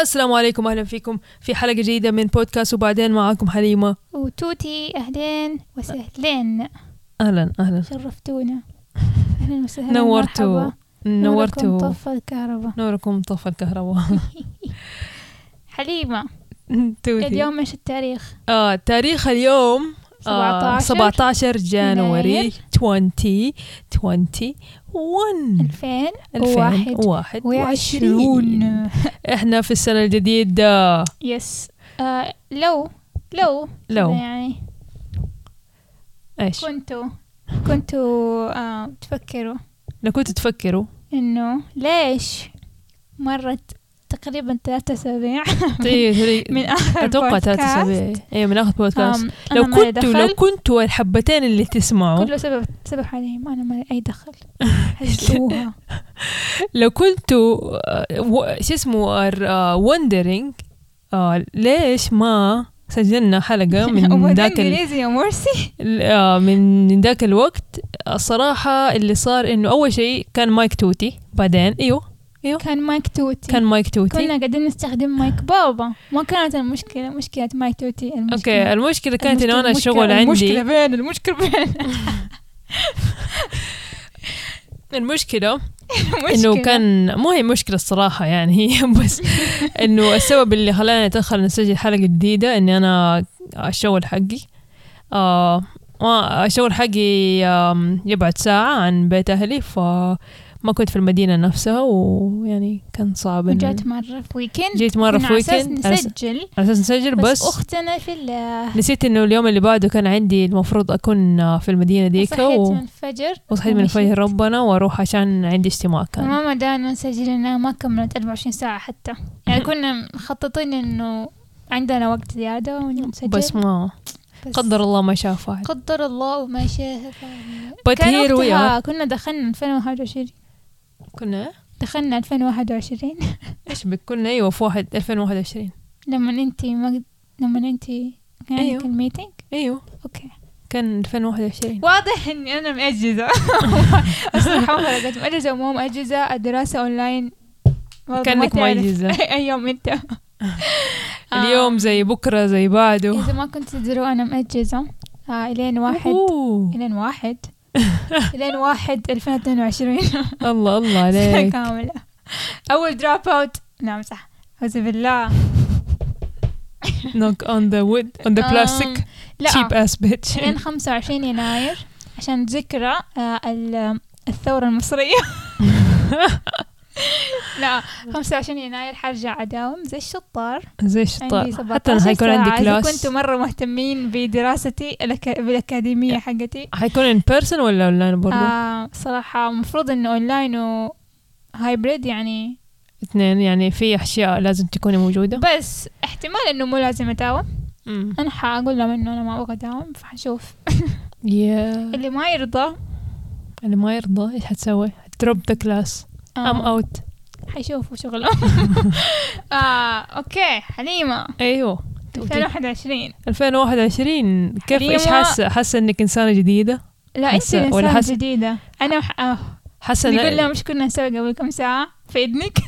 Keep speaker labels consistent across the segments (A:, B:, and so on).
A: السلام عليكم اهلا فيكم في حلقه جديده من بودكاست وبعدين معاكم حليمه
B: وتوتي أهلين وسهلين
A: اهلا اهلا
B: شرفتونا أهلا وسهلا
A: نورتوا.
B: مرحبا. نوركم
A: نورتوا
B: طفى الكهرباء
A: نوركم طفى الكهرباء
B: حليمة
A: توتي
B: اليوم إيش التاريخ؟
A: اه تاريخ اليوم آه
B: 17
A: 17 جانوري 2021 2021
B: 2021
A: احنا في السنه الجديده
B: يس آه لو لو
A: لو.
B: يعني
A: ايش
B: كنتوا كنتوا آه تفكروا
A: لو كنت تفكروا
B: إنه ليش مرت تقريبا ثلاثة أسابيع
A: طيب، طيب،
B: من آخر
A: اتوقع ثلاث
B: بودكاست.
A: اسابيع اي إيه، من اخذ بودكاست
B: آم، أنا
A: لو
B: ما لي
A: كنتوا لو
B: دخل.
A: كنتوا الحبتين اللي تسمعوا
B: كله سبب سبب حليم انا ما لي اي دخل هزوها
A: لو كنتوا آه، و- شو اسمه وندرينج آه، ليش ما سجلنا حلقة من
B: وبعدين
A: ذاك ال...
B: انجليزي يا مرسي
A: ال- آه، من ذاك الوقت الصراحة اللي صار انه اول شيء كان مايك توتي بعدين ايوه
B: كان مايك توتي
A: كان مايك توتي
B: كنا قاعدين نستخدم مايك بابا ما كانت المشكلة مشكلة مايك توتي المشكلة
A: اوكي المشكلة كانت انه
B: المشكلة-
A: انا
B: المشكلة-
A: الشغل عندي
B: المشكلة بين المشكلة بين
A: المشكلة
B: المشكلة
A: انه كان مو هي مشكله الصراحه يعني هي بس انه السبب اللي خلاني اتاخر نسجل حلقه جديده اني انا الشغل حقي آه ما- الشغل حقي آم، يبعد ساعه عن بيت اهلي فما كنت في المدينه نفسها ويعني كان صعب إنه-
B: جات مرة في ويكند
A: جيت مره
B: كنا
A: في
B: على أساس
A: ويكند على أس-
B: نسجل
A: على اساس نسجل
B: بس,
A: بس,
B: اختنا في ال
A: نسيت انه اليوم اللي بعده كان عندي المفروض اكون آه، في المدينه ديك
B: صحيت
A: و...
B: من الفجر
A: وصحيت من
B: ومشيت.
A: فجر ربنا واروح عشان عندي اجتماع كان
B: ماما دانا نسجل لنا ما كملت 24 ساعة حتى يعني كنا مخططين انه عندنا وقت زيادة ونسجل
A: بس ما
B: بس
A: قدر الله ما شاف واحد
B: قدر الله وما شاء
A: بت
B: كان
A: هير وي
B: وقتها كنا دخلنا 2021
A: كنا
B: دخلنا 2021
A: ايش بك كنا ايوه في واحد 2021
B: لما انتي ما قد- لما انتي كان
A: أيوه.
B: عندك الميتنج
A: ايوه
B: اوكي
A: كان 2021
B: واضح اني انا مأجزة الصراحة ما فرقت مأجزة ومو مأجزة الدراسة اونلاين برضه ما
A: كانك
B: تعرف أيوه،
A: معجزه
B: اي يوم انت آه،
A: اليوم زي بكره زي بعده
B: اذا ما كنت تدروا انا مأجزة آه الين واحد
A: أيوه. أوه.
B: الين واحد الين واحد 2022
A: الله الله
B: سنة
A: عليك
B: كاملة أول دروب أوت نعم صح أعوذ بالله
A: نوك اون ذا وود اون ذا بلاستيك
B: آم، آه. لا
A: تشيب اس بيتش
B: لين 25 يناير عشان ذكرى آه، ال- الثورة المصرية لا 25 يناير حرجع أداوم زي الشطار
A: زي
B: عندي
A: الشطار
B: 17
A: حتى أنا حيكون عندي
B: ساعة. إذا كنتوا
A: كلاس
B: مرة مهتمين بدراستي الأك- بالأكاديمية حقتي
A: حيكون ان بيرسون ولا اونلاين برضه؟
B: آه صراحة المفروض إنه أونلاين وهايبريد يعني
A: اثنين يعني في اشياء لازم تكوني موجوده
B: بس احتمال إنه مو لازم أداوم
A: مم.
B: انا حاقول لهم انه انا ما ابغى اداوم فحشوف
A: يا
B: اللي ما يرضى
A: اللي ما يرضى ايش حتسوي؟ دروب ذا كلاس
B: آه،
A: ام اوت
B: حيشوفوا شغلهم آه، اوكي حليمه
A: ايوه
B: 2021
A: 2021 كيف
B: حليمة.
A: ايش حاسه حاسه انك انسانه جديده
B: لا انت
A: حسن- ولا
B: انسان
A: حسن؟
B: جديده انا ح... آه.
A: حاسه
B: نقول لهم
A: إن-
B: مش كنا نسوي قبل كم ساعه في اذنك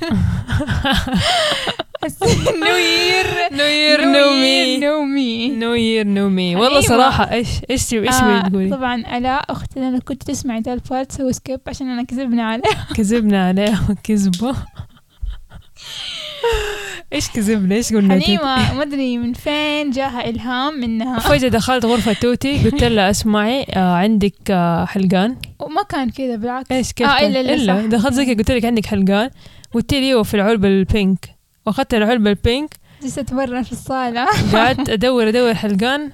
B: نوير
A: نوير نومي
B: نومي
A: نوير نومي والله
B: حليمة.
A: صراحه ايش ايش ايش
B: أيوة. آه،
A: آه تقولي
B: طبعا الاء اختنا اللي كنت تسمع ذا البارت سوي سكيب عشان انا كذبنا عليه
A: كذبنا عليه كذبه ايش كذبنا ايش قلنا
B: حليمه ما ادري من فين جاها الهام انها
A: فجأة دخلت غرفة توتي قلت لها اسمعي آه عندك آه حلقان
B: وما كان كذا بالعكس
A: ايش كيف
B: آه،
A: كان؟
B: إلا- إلا صح.
A: دخلت زي كده قلت لك عندك حلقان قلت لي ايوه في العلبة البينك واخذت العلبة البينك
B: جلست اتمرن في الصالة
A: قعدت ادور ادور حلقان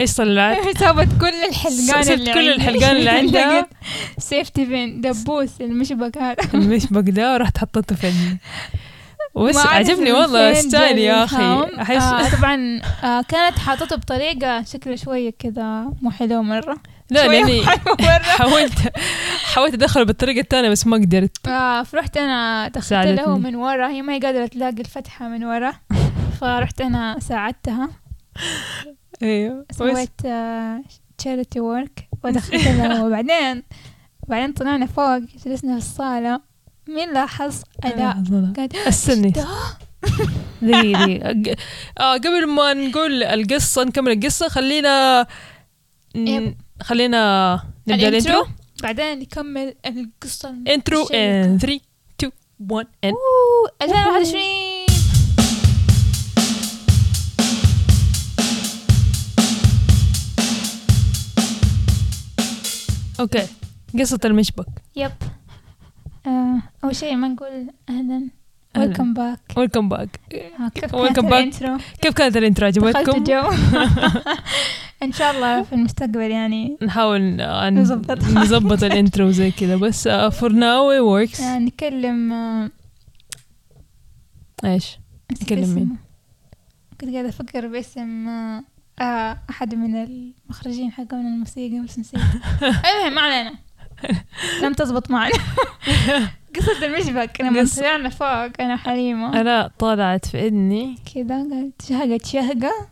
A: ايش طلعت
B: سابت كل الحلقان
A: سبت
B: اللي
A: كل
B: عندي.
A: الحلقان اللي عندها.
B: لقيت سيفتي فين دبوس المشبك هذا
A: المشبك ده رحت حطيته في ال- بس
B: ما أعرف
A: عجبني
B: من
A: والله
B: فين
A: ستايل
B: جاني
A: يا اخي
B: الهام. آه
A: احس
B: طبعا آه كانت حاطته بطريقة شكله شوية كذا مو حلو مرة
A: لا
B: شوية
A: لاني
B: حلو مرة
A: حاولت حاولت ادخله بالطريقه الثانيه بس ما قدرت
B: آه فرحت انا دخلت
A: ساعدتني.
B: له من ورا هي ما هي قادرة تلاقي الفتحة من ورا فرحت انا ساعدتها
A: ايوه بس
B: سويت تشاريتي ورك ودخلت لها وبعدين بعدين طلعنا فوق جلسنا في الصالة مين لاحظ؟ أداء
A: لحظة، لا.
B: قالت
A: استني
B: ده
A: دقيقة دقيقة ق- آه قبل ما نقول القصة نكمل القصة خلينا ن-
B: يب.
A: خلينا نبدأ
B: الانترو
A: الانترو
B: بعدين نكمل القصة
A: انترو
B: الشيقة.
A: and 3 2 1 and
B: 2021
A: اوكي قصة المشبك
B: يب آه، أول شيء ما نقول أهلا
A: أهلاً.
B: ويلكم باك
A: ويلكم باك Welcome
B: ويلكم
A: back.
B: باك
A: كيف كانت الانترو
B: دخلت
A: عجبتكم؟
B: الجو إن شاء الله في المستقبل يعني
A: نحاول ن- آه، ن-
B: نظبطها.
A: نظبط الانترو زي كذا بس فور ناو it works
B: آه، نكلم آه،
A: ايش؟
B: نسيت
A: نكلم مين؟
B: اسمه. كنت قاعدة أفكر باسم آه، آه، أحد من المخرجين حقه من الموسيقى بس نسيت المهم ما علينا لم تزبط معنا قصة المشبك لما
A: قص-
B: طلعنا فوق أنا حليمة
A: انا طلعت في اذني
B: كذا قالت شهقت شهقة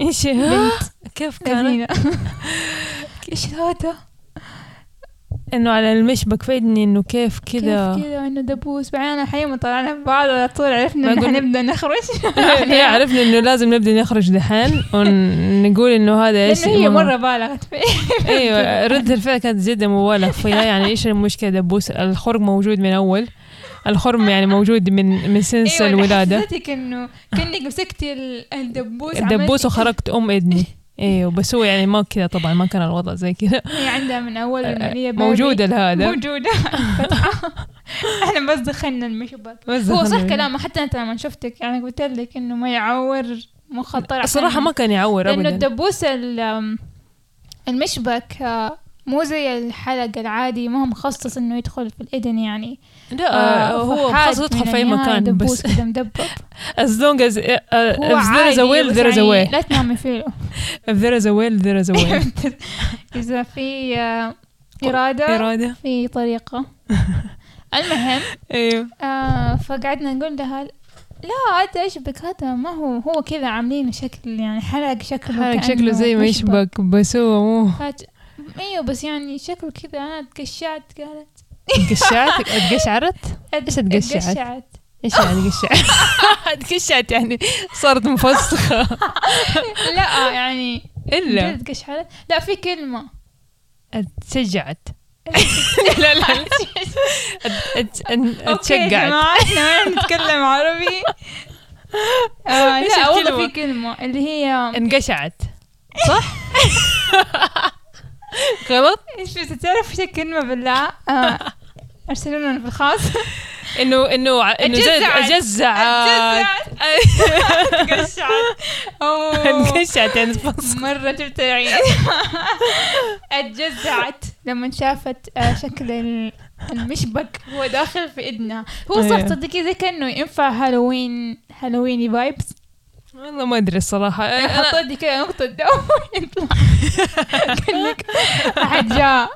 A: ايش هي؟
B: بنت
A: كيف كانت؟
B: لذينة ايش هذا؟
A: انه على المشبك في اذني انه كيف كذا
B: كيف كذا انه دبوس بعدين انا حليمة طلعنا في بعض على طول عرفنا انه
A: بقول-
B: حنبدا نخرج يعني
A: هي إيه، عرفنا انه لازم نبدا نخرج دحين ونقول انه هذا ايش
B: لانه هي
A: ما-
B: مرة بالغت فيه
A: ايوه رده الفعل كانت جدا مبالغ فيها يعني ايش المشكله دبوس الخرم موجود من اول الخرم يعني موجود من من سنس
B: أنا
A: الولاده
B: إيه، حسيتك انه كانك مسكتي ال- الدبوس
A: دبوس
B: عملتي-
A: وخرجت ام اذني ايوه بس هو يعني ما كذا طبعا ما كان الوضع زي كذا
B: هي عندها من اول
A: آه،
B: من هي baby.
A: موجوده لهذا
B: موجودة فتحة. احنا بس دخلنا المشبك
A: بس
B: هو صح
A: دخلنا-
B: كلامه حتى انت لما شفتك يعني قلت لك انه ما يعور مخطر
A: الصراحه ما كان يعور ابدا
B: لانه الدبوس ال- المشبك آه، مو زي الحلق العادي ما هو مخصص انه يدخل في الاذن يعني
A: لا
B: آه،
A: آه، هو
B: فحاد
A: خلاص يدخل
B: من
A: في اي
B: النهاية
A: مكان
B: دبوس
A: بس
B: كذا مدبب
A: as long as uh,
B: هو
A: if there is
B: عادي
A: a will
B: بس
A: there is a
B: يعني
A: way
B: لا تنامي فيه
A: if there is a will there is a way
B: اذا في آه، اراده
A: اراده
B: في طريقه المهم
A: ايوه
B: آه فقعدنا نقول لها لا هذا ايش بك هذا ما هو هو كذا عاملينه شكل يعني حلق شكله
A: حالك
B: كأنه
A: شكله زي ما
B: مشبك.
A: يشبك بس هو مو
B: فات... ايوه بس يعني شكله كذا انا تقشعت قالت
A: قشعت تقشعرت إيش تقشعت؟
B: تقشعت
A: ايش يعني قشعت قشعت يعني صارت مفسخه
B: لا يعني
A: الا
B: جد تقشعت لا في كلمه
A: اتشجعت لا لا لا. أت- أت- أن-
B: اوكي يا
A: اتشجعت
B: جماعة، احنا ما نتكلم عربي آه
A: إيش
B: لا والله
A: الكلمة؟
B: في كلمه اللي هي
A: انقشعت صح غلط
B: ايش تعرف ايش الكلمه بالله آه ارسلوا لنا في الخاص
A: انه انه ع- انه زي
B: أتجزعت.
A: اجزعت
B: يعني. قشعت اوه
A: انقشعت يعني تفصل
B: مرة جبت العيد اتجزعت لما شافت آه، شكل ال- المشبك هو داخل في اذنها هو صح
A: أيوه.
B: تصدقي زي كانه ينفع هالوين هالويني فايبس
A: والله ما ادري الصراحه أنا-
B: حطيت لي كذا نقطة دم يطلع كانك احد جاء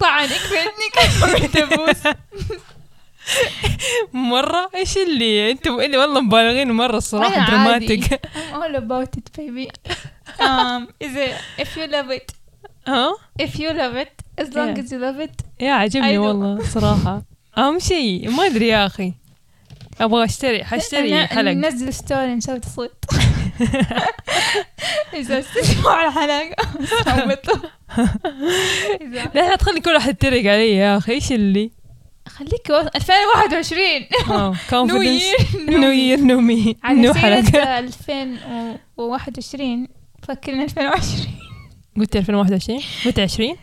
B: طعنك في اذنك دبوس
A: مره ايش اللي انتم اللي والله مبالغين مره الصراحه
B: أنا عادي.
A: دراماتيك
B: I'm all about it baby um, is it, if you love it
A: ها
B: if you love it as long
A: Yeah.
B: as you love it
A: يا عجبني
B: I do.
A: والله صراحة أهم شيء ما أدري يا أخي أبغى أشتري حشتري
B: أنا-
A: حلق
B: ننزل ستوري نسوي تصويت اذا استمعوا على الحلقة صوتوا. إذا-
A: لا لا تخلي كل واحد يتريق علي يا أخي إيش اللي
B: خليك و- 2021 نو
A: كونفدنس
B: يير
A: نو يير نو مي نو
B: على
A: حلقة
B: سيرة 2021 فكرنا 2020
A: قلت 2021 قلت 20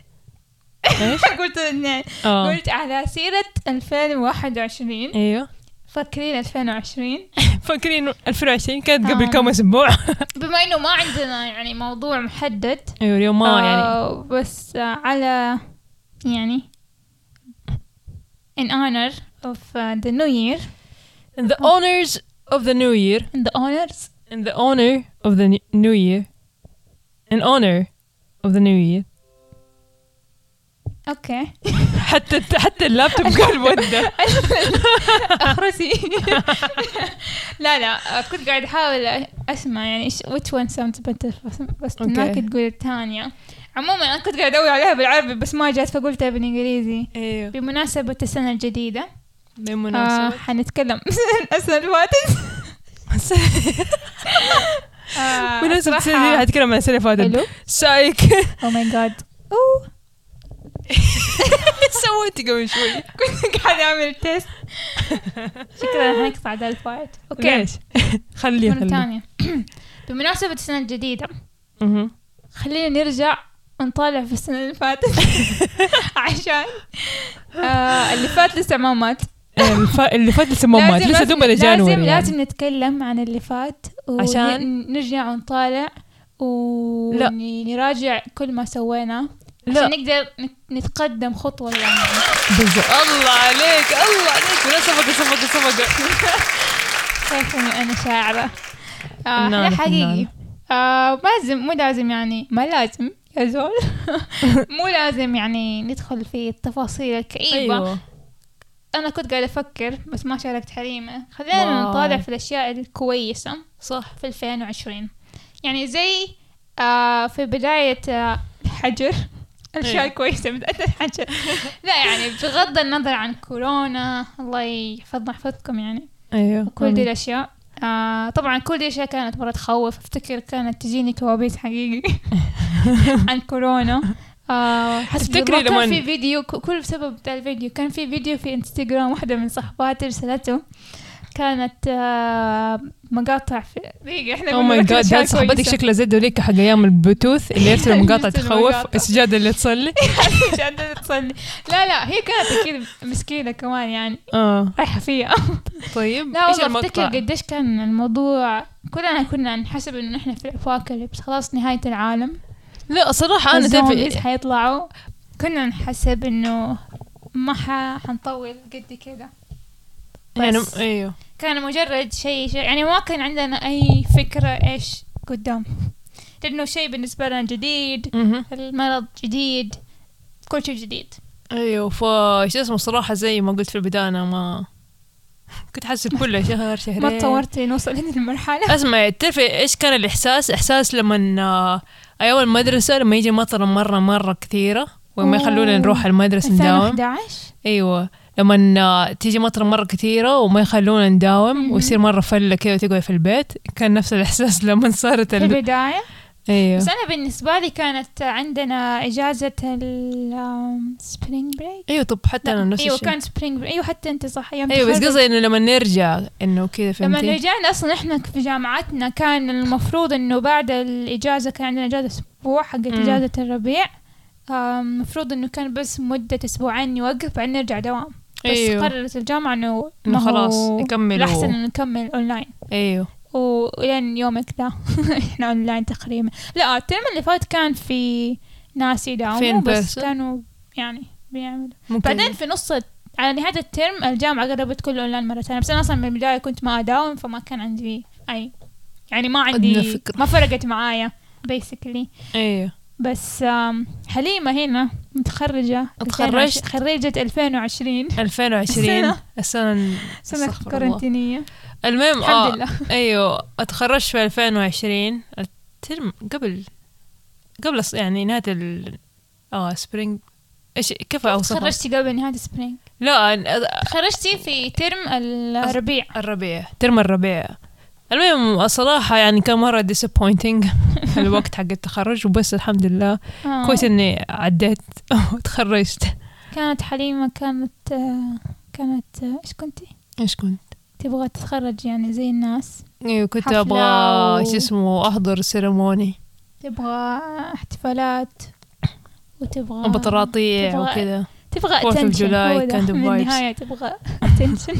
A: إيش
B: قلت إن-
A: آه
B: قلت على سيرة 2021
A: أيوه
B: فاكرين 2020
A: فاكرين 2020 كانت قبل
B: آه.
A: كم أسبوع
B: بما انه ما عندنا يعني موضوع محدد
A: أيوه اليوم ما يعني
B: آه، بس آه، على يعني in honor of uh, the new year
A: in the honors of the new year
B: in the honors
A: in the honor of the n- new year in honor of the new year
B: اوكي
A: حتى حتى اللابتوب قال وده
B: اخرسي لا لا آه، كنت قاعد احاول اسمع يعني ايش which one sounds better بس- بس
A: أوكي.
B: هناك تقول الثانية عموما انا كنت قاعد ادور عليها بالعربي بس ما جات فقلتها بالانجليزي
A: ايوه
B: بمناسبة السنة الجديدة آه
A: بالمناسبة
B: حنتكلم السنة اللي فاتت آه،
A: بالمناسبة
B: صراحة
A: السنة دي حتكلم عن السنة اللي فاتت
B: حلو
A: سايك
B: او ماي جاد اوه
A: ايش سويتي قبل شوي؟
B: كنت قاعد اعمل تيست شكرا حنقطع ده الفايت اوكي
A: ليش؟ خليه
B: مرة
A: خليه
B: ثانية بمناسبة السنة الجديدة
A: مهم.
B: خلينا نرجع نطالع في السنة اللي فاتت عشان آه اللي فات لسه ما مات
A: الف- اللي فات لسه ما مات
B: لازم-
A: لسه دوبنا جانوري
B: لازم
A: يعني.
B: لازم نتكلم عن اللي فات
A: عشان؟
B: عشان نرجع ونطالع
A: لا.
B: ونراجع كل ما سويناه
A: لا.
B: عشان نقدر نت- نتقدم خطوة يعني. للأمام
A: بالظبط الله عليك الله عليك ولا سبقة سبقة سبقة
B: كيف إني أنا شاعرة آه
A: فنانة،
B: لا حقيقي
A: فنانة.
B: آه لازم مو لازم يعني ما لازم يا زول مو لازم يعني ندخل في التفاصيل الكئيبة
A: ايوه
B: أنا كنت قاعدة أفكر بس ما شاركت حريمة خلينا
A: واو.
B: نطالع في الأشياء الكويسة
A: صح
B: في 2020 يعني زي آه في بداية آه الحجر الأشياء
A: إيه.
B: الكويسة بداية الحجر لا يعني بغض النظر عن كورونا الله يحفظنا يحفظكم يعني
A: ايوه
B: كل دي
A: آمين.
B: الأشياء آه طبعا كل دي الأشياء كانت مرة تخوف أفتكر كانت تجيني كوابيس حقيقي عن كورونا آه حسب
A: تفتكري
B: تفتكري لما
A: لمن-
B: كان في فيديو ك- كل بسبب بتاع الفيديو كان في فيديو في انستغرام واحدة من صحباتي رسلته كانت آه مقاطع في دقيقة احنا
A: او ماي
B: بنقول
A: جاد
B: أشياء
A: هذه صاحبتك
B: كويسة.
A: شكلها زي دوليك حق ايام البلوتوث اللي يرسلوا مقاطع
B: يرسلوا
A: تخوف
B: مقاطع.
A: السجاده اللي تصلي
B: مش عندها تصلي لا لا هي كانت أكيد مسكينة كمان يعني
A: اه
B: رايحة فيها
A: طيب
B: لا
A: ايش
B: والله افتكر
A: المقطع؟
B: قديش كان الموضوع كلنا كنا نحسب انه احنا في الابوكاليبس خلاص نهاية العالم
A: لا صراحه انا
B: الزومبيز
A: تعرفي
B: حيطلعوا كنا نحسب انه ما ح- حنطول قد كده
A: يعني
B: بس.
A: ايوه
B: كان مجرد شيء شيء يعني ما كان عندنا اي فكرة ايش قدام لانه شيء بالنسبة لنا جديد
A: مهم.
B: المرض جديد كل شيء جديد
A: ايوه فايش اسمه صراحه زي ما قلت في البدايه انا ما كنت حاسب كله شهر شهرين
B: ما تطورت نوصل هذه المرحلة
A: اسمع تعرفي ايش كان الاحساس؟ احساس لما آه، ايام المدرسه لما يجي مطر مره مره كثيره وما يخلونا
B: أوه.
A: نروح المدرسه نداوم
B: 2011
A: ايوه لما آه، تيجي مطره مره كثيره وما يخلونا نداوم
B: مهم.
A: ويصير مره فله كذا وتقعد في البيت كان نفس الاحساس لما صارت
B: في
A: ال...
B: البداية
A: ايوه
B: بس أنا بالنسبة لي كانت عندنا إجازة السبرينج بريك
A: ايوه طب حتى انا نفس
B: أيوه
A: الشيء
B: كان سبرينج بريك أيوه حتى أنت صح يوم
A: ايوه بس
B: تخرج.
A: قصدي انه لما نرجع انه كذا
B: لما
A: فهمتي؟
B: رجعنا أصلا إحنا في جامعتنا كان المفروض إنه بعد الإجازة كان عندنا إجازة أسبوع حقت
A: مم.
B: إجازة الربيع آم، المفروض إنه كان بس مدة أسبوعين نوقف بعدين نرجع دوام بس
A: أيوه.
B: قررت الجامعة إنه
A: انه
B: ما هو-
A: خلاص نكمل
B: الأحسن
A: و-
B: إنه نكمل أونلاين
A: ايوه
B: ولين يومك ذا احنا اونلاين تقريبا لا الترم اللي فات كان في ناس يداوموا
A: فين
B: بس
A: person؟
B: كانوا يعني بيعملوا
A: ممكن
B: بعدين في نص على نهاية الترم الجامعة قربت كله اونلاين مرة ثانية بس انا اصلا من البداية كنت ما اداوم فما كان عندي اي يعني ما
A: أدنى
B: عندي
A: فكرة.
B: ما فرقت معايا basically
A: ايوه
B: بس آم، حليمة هنا متخرجة
A: اتخرجت؟
B: 2020 خريجة 2020
A: 2020
B: السنة.
A: السنة
B: سنة
A: استغفر الله.
B: كورنتينية
A: المهم
B: الحمد
A: آه
B: لله
A: ايوه اتخرجت في 2020 الترم قبل قبل أص- يعني نهاية ال اه سبرينج ايش كيف اوصفها؟
B: تخرجتي قبل نهاية سبرينج
A: لا أن-
B: خرجتي في ترم الربيع
A: الربيع ترم الربيع المهم الصراحة يعني كان مرة disappointing الوقت حق التخرج وبس الحمد لله
B: آه.
A: كويس اني عديت وتخرجت
B: كانت حليمة كانت آه، كانت آه، ايش كنتي؟
A: ايش كنت؟
B: تبغى تتخرج يعني زي الناس
A: ايوه كنت
B: حفلة
A: ابغى
B: و-
A: شو اسمه احضر سيرموني
B: تبغى احتفالات وتبغى
A: ابغى تراطيع
B: آه، تبغى-
A: وكذا
B: تبغى
A: Fourth of
B: attention
A: July
B: هو ده.
A: kind of
B: من
A: vibes.
B: النهاية تبغى attention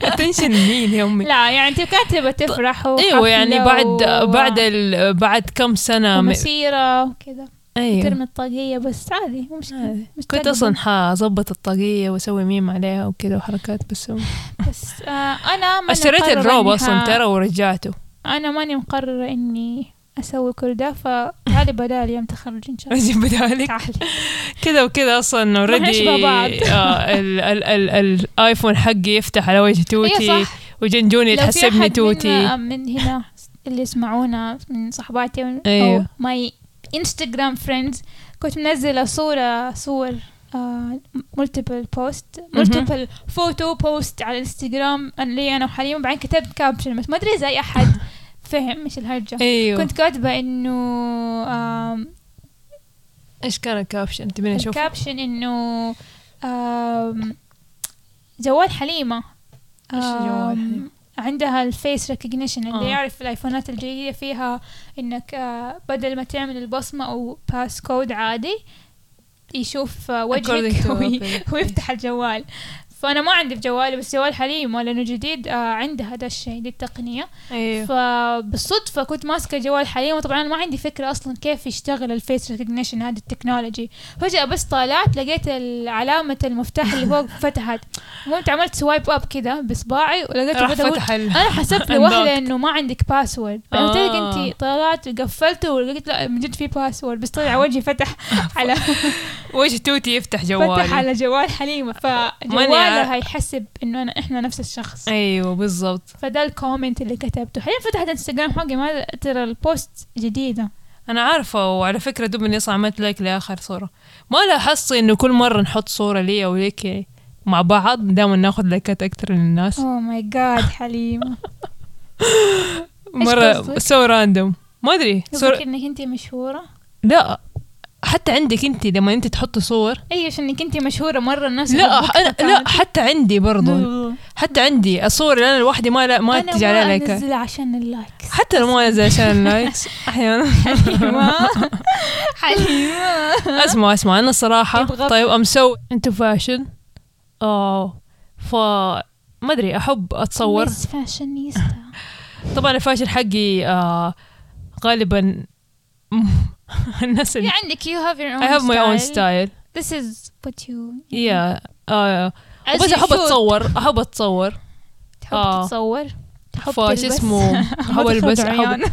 A: اتنشن مين يا امي
B: لا يعني انت كانت تبغى تفرح
A: ايوه يعني بعد
B: و...
A: بعد ال... بعد كم سنه م...
B: ومسيرة وكذا
A: ايوه
B: ترمي الطاقية بس عادي مو مشكلة
A: عادي.
B: مش
A: كنت
B: تقلب.
A: اصلا حظبط الطاقيه واسوي ميم عليها وكذا وحركات بس
B: بس آه انا ماني
A: اشتريت
B: مقررة
A: الروب
B: إني
A: اصلا
B: ها-
A: ترى ورجعته
B: انا ماني مقررة اني اسوي كل ده فتعالي بدالي يوم تخرج ان شاء الله
A: اجيب بدالك
B: تعالي
A: كذا وكذا آه، اصلا اوريدي
B: نشبه بعض.
A: الايفون حقي يفتح على وجه
B: إيه
A: توتي
B: صح.
A: وجنجوني
B: لو في
A: تحسبني
B: أحد
A: توتي
B: من, من هنا اللي يسمعونا من صحباتي أو
A: أيوه.
B: ماي انستغرام فريندز كنت منزلة صورة صور آه، ملتيبل بوست ملتيبل فوتو بوست على الانستغرام لي انا وحليمه بعدين كتبت كابشن بس ما ادري زي احد فهم ايش الهرجه
A: ايوه
B: كنت كاتبه انه آم،
A: ايش كان الكابشن تبين نشوف
B: الكابشن انه آم، جوال حليمة
A: إيش جوال
B: آم،
A: حليمة؟
B: عندها الفيس ريكوجنيشن اللي
A: آه.
B: يعرف الايفونات الجديدة فيها انك آه، بدل ما تعمل البصمة او باس كود عادي يشوف آه،
A: According
B: وجهك
A: to
B: وي-
A: Apple.
B: ويفتح الجوال فانا ما عندي في جوالي بس جوال حليمة لانه جديد آه، عندها هذا الشيء دي التقنية
A: ايوه
B: فبالصدفة كنت ماسكة جوال حليمة طبعا أنا ما عندي فكرة أصلا كيف يشتغل الفيس ريكوجنيشن هذه التكنولوجي فجأة بس طالعت لقيت ال- علامة المفتاح اللي فوق فتحت قمت عملت سوايب أب كذا بصباعي ولقيت
A: راح
B: واحدة تقول-
A: فتح ال-
B: أنا حسبت لوهلة
A: Unlocked.
B: إنه ما عندك باسورد قلت لك
A: آه.
B: أنت طلعت قفلته ولقيت لا من جد في باسورد بس طلع وجهي فتح على
A: وجه توتي يفتح
B: فتح
A: جوالي
B: على جوال حليمة فجوالها يحسب إنه أنا إحنا نفس الشخص
A: ايوه بالضبط
B: فده الكومنت اللي كتبته حاليا فتحت انستغرام حقي ما ترى البوست جديدة
A: انا عارفه وعلى فكره دوب اني اصلا عملت لايك لاخر صوره ما لاحظت انه كل مره نحط صوره لي او ليك مع بعض دائما ناخذ لايكات اكثر للناس
B: اوه ماي جاد Oh حليمة
A: مره
B: قصدك؟
A: سو راندوم ما ادري صور
B: قصدك انك انت مشهورة؟
A: لا حتى عندك انت لما انت تحطي صور
B: اي عشان انك انت مشهورة مرة الناس
A: لا
B: يحبوك
A: أنا لا
B: فكانت-
A: حتى عندي برضو حتى عندي الصور اللي انا لوحدي ما لا ما
B: أنا
A: تجي عليها لايكات
B: انزل عشان اللايكس
A: حتى لو ما انزل عشان اللايكس احيانا
B: حليمة حليمة
A: اسمع اسمع انا الصراحه
B: يبغى-
A: طيب ام سو انتو فاشن اه ف ما ادري احب اتصور
B: ميس فاشونيستا
A: طبعا الفاشن حقي آه غالبا الناس
B: في
A: اللي
B: عندك you have your own
A: I have my own
B: style.
A: style
B: this is what you
A: yeah آه
B: As
A: بس
B: you
A: احب
B: should.
A: اتصور احب اتصور
B: تحب
A: آه.
B: تتصور تحب
A: فاش
B: تلبس.
A: اسمه
B: ما
A: هو البس
B: تاخذ
A: هو
B: عيان.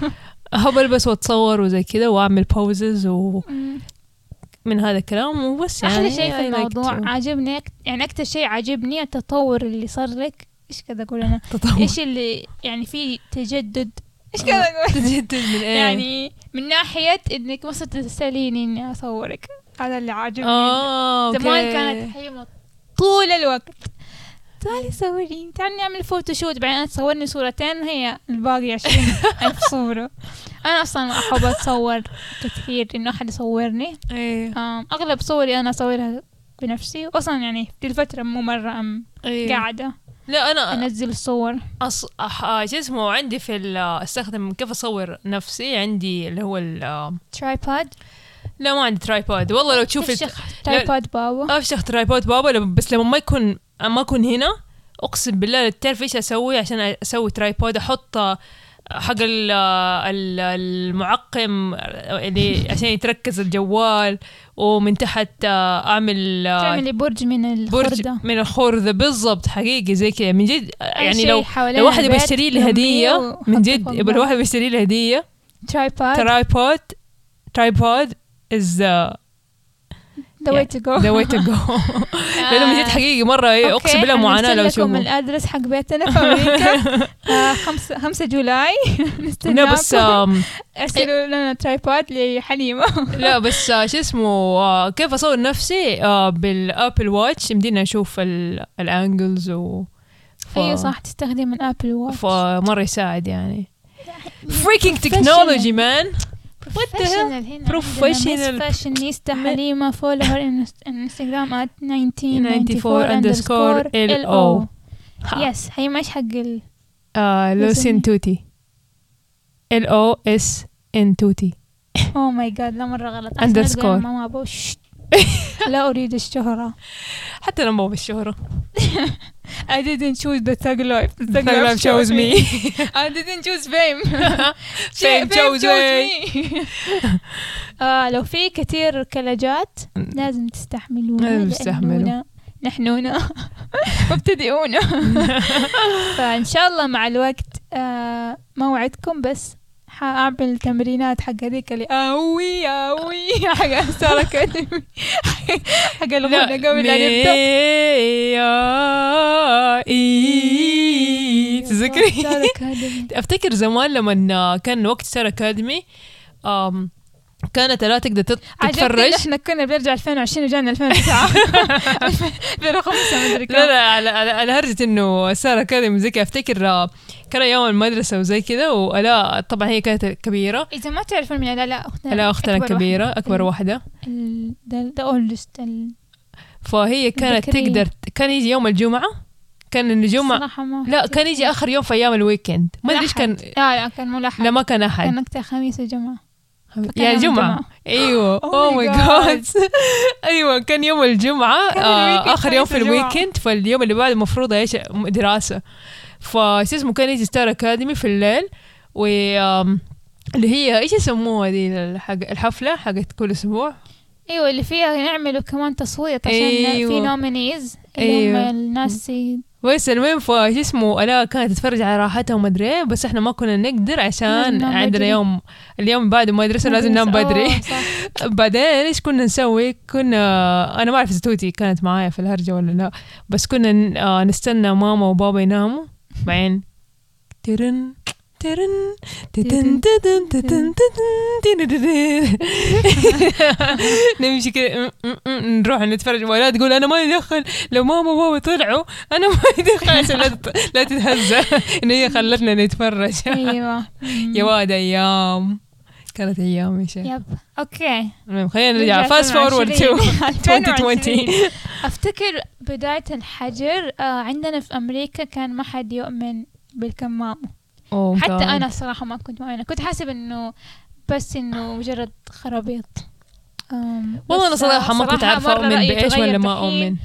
A: احب البس واتصور وزي كذا واعمل بوزز ومن هذا الكلام وبس يعني
B: احلى شيء في
A: I like
B: الموضوع
A: to-
B: عاجبني أك- يعني اكثر شيء عاجبني التطور اللي صار لك ايش كذا اقول انا
A: تطور
B: ايش اللي يعني في تجدد ايش كذا
A: آه.
B: اقول
A: تجدد من ايه
B: يعني من ناحيه انك ما صرت تساليني اني اصورك هذا اللي عاجبني
A: اه أوكي.
B: زمان كانت حيمة طول الوقت تعالي صوري تعالي نعمل فوتوشوت بعدين أنا تصورني صورتين وهي الباقي عشرين ألف صورة أنا أصلا ما أحب أتصور كثير إنه أحد يصورني
A: ايه
B: آم، أغلب صوري أنا أصورها بنفسي وأصلا يعني في الفترة مو مرة أم
A: ايه
B: قاعدة
A: لا انا
B: أنزل الصور
A: أص... أح... آه، شو اسمه عندي في ال... استخدم كيف اصور نفسي عندي اللي هو ال... آه،
B: ترايباد
A: لا ما عندي ترايبود والله لو تشوف آه. الت-
B: تفشخ ترايبود بابا
A: افشخ ترايبود بابا لما- بس لما ما يكون ما اكون هنا اقسم بالله تعرف ايش اسوي عشان اسوي ترايبود احط آه، حق ال- آه، ال- المعقم آه، اللي عشان يتركز الجوال ومن تحت آه، اعمل آه،
B: تعملي برج من
A: برج
B: الخردة
A: من الخردة بالضبط حقيقي زي كذا من جد
B: أي
A: يعني
B: شيء
A: لو
B: حوالين
A: لو واحد
B: البيت
A: بيشتري لي
B: يرميه
A: هدية
B: وحطه
A: من
B: فوق
A: جد
B: بعض.
A: يبقى الواحد بيشتري لي هدية
B: ترايباد
A: ترايبود ترايبود uh, از ذا
B: ذا واي تو جو
A: واي تو جو لانه من جد حقيقي مرة اقسم بالله معاناة لو
B: اشوفه
A: اشوفه
B: الادرس حق بيتنا في امريكا آه، خمسة خمسة جولاي
A: لا بس آه،
B: نستناكم.
A: آم،
B: ارسلوا لنا ترايبود لحليمة أيوة،
A: لا بس آه، شو اسمه آه، كيف اصور نفسي آه، بالابل واتش يمدينا اشوف ال- الانجلز و ف-
B: ايوه صح تستخدم الابل واتش
A: فمرة يساعد يعني freaking technology man
B: بروفيشنال هنا
A: Professional.
B: فاشينيستا حليمة فولور انستغرام ات
A: 1994 underscore LO.
B: يس حليمة ايش حق ال
A: آه
B: لوسين
A: لوسين توتي ال او اس ان توتي
B: اوه ماي جاد oh لا مرة غلط أحسن أقول
A: Underscore.
B: ماما أبو، شت. لا اريد الشهرة
A: حتى لما هو بالشهرة
B: I didn't choose the tag life the
A: Thug Life chose me.
B: I didn't choose fame
A: Fame chose
B: me آه لو في كثير كلجات لازم تستحملونا
A: لازم تستحملوا.
B: لأننا نحنونا مبتدئون فإن شاء الله مع الوقت آه موعدكم بس حأعمل تمرينات حق هذيك اللي آوي آوي حق ستار أكاديمي حق الغنى قبل أن نبدأ
A: نبدأ
B: ستار
A: تذكري
B: أكاديمي
A: افتكر زمان لما كان وقت ستار اكاديمي آم، كانت لا تقدر تت-
B: عجبتني إن
A: تتفرج
B: احنا كنا بنرجع 2020 ورجعنا 2009 برقم 5 مدري كم
A: لا لا على على, على هرجة انه سارة كاظم زي كذا افتكر آه، كان يوم المدرسة وزي كذا ولا طبعا هي كانت كبيرة
B: إذا ما تعرفون من لا لا أختنا
A: لا اختنا
B: نعم، أكبر
A: كبيرة
B: واحدة.
A: اكبر واحدة
B: ال- ده ده اولدست
A: فهي كانت
B: بكري.
A: تقدر كان يجي يوم الجمعة كان الجمعة
B: صراحة ما
A: لا كان يجي اخر يوم في ايام الويكند ما ادري ايش كان
B: الأحد. لا لا كان مو لحد
A: لا ما كان احد
B: كان وقتها خميس وجمعة كان
A: يا
B: يوم
A: جمعة
B: الجمعة.
A: ايوه
B: Oh
A: اوه
B: my
A: ماي
B: God.
A: جاد ايوه كان يوم الجمعة
B: كان
A: آه،
B: الويكند
A: اخر يوم في
B: خميس وجمعة.
A: الويكند فاليوم اللي بعده المفروض ايش دراسة فشو اسمه كان يجي ستار اكاديمي في الليل و آم، اللي هي ايش يسموها دي الحق الحفلة حقت كل اسبوع
B: ايوه اللي فيها يعملوا كمان تصويت عشان
A: أيوة.
B: في نومينيز اللي هم
A: أيوة.
B: الناس ي-
A: بس المهم فشو اسمه الا كانت تتفرج على راحتها وما ادري إيه، بس احنا ما كنا نقدر
B: لازم
A: عشان
B: ننام
A: عندنا
B: بدري.
A: يوم اليوم بعد المدرسة لازم ننام
B: أوه،
A: بدري
B: صح.
A: بعدين ايش كنا نسوي؟ كنا انا ما اعرف اذا توتي كانت معايا في الهرجه ولا لا بس كنا ن- آه، نستنى ماما وبابا يناموا بعدين ترن ترن تتن تتن تتن تتن ترن- نمشي كذا نروح نتفرج ولا تقول انا ما يدخل لو ماما وبابا طلعوا انا ما يدخل عشان لا تت- لا تتهزأ ان هي خلتنا نتفرج
B: ايوه
A: يا واد ايام كانت ايام يا شيخ
B: يب اوكي
A: المهم خلينا نرجع فاست فورورد تو
B: 2020
A: 2020
B: افتكر بداية الحجر آه، عندنا في امريكا كان ما حد يؤمن بالكمامة
A: أوه
B: حتى
A: Oh God.
B: انا صراحة ما كنت مؤمنة كنت حاسب انه بس انه مجرد خرابيط أم،
A: والله انا
B: بس آه،
A: صراحه ما كنت عارفه
B: مرة
A: اؤمن
B: رأيي
A: بايش
B: تغير
A: ولا ما
B: دحين.
A: اؤمن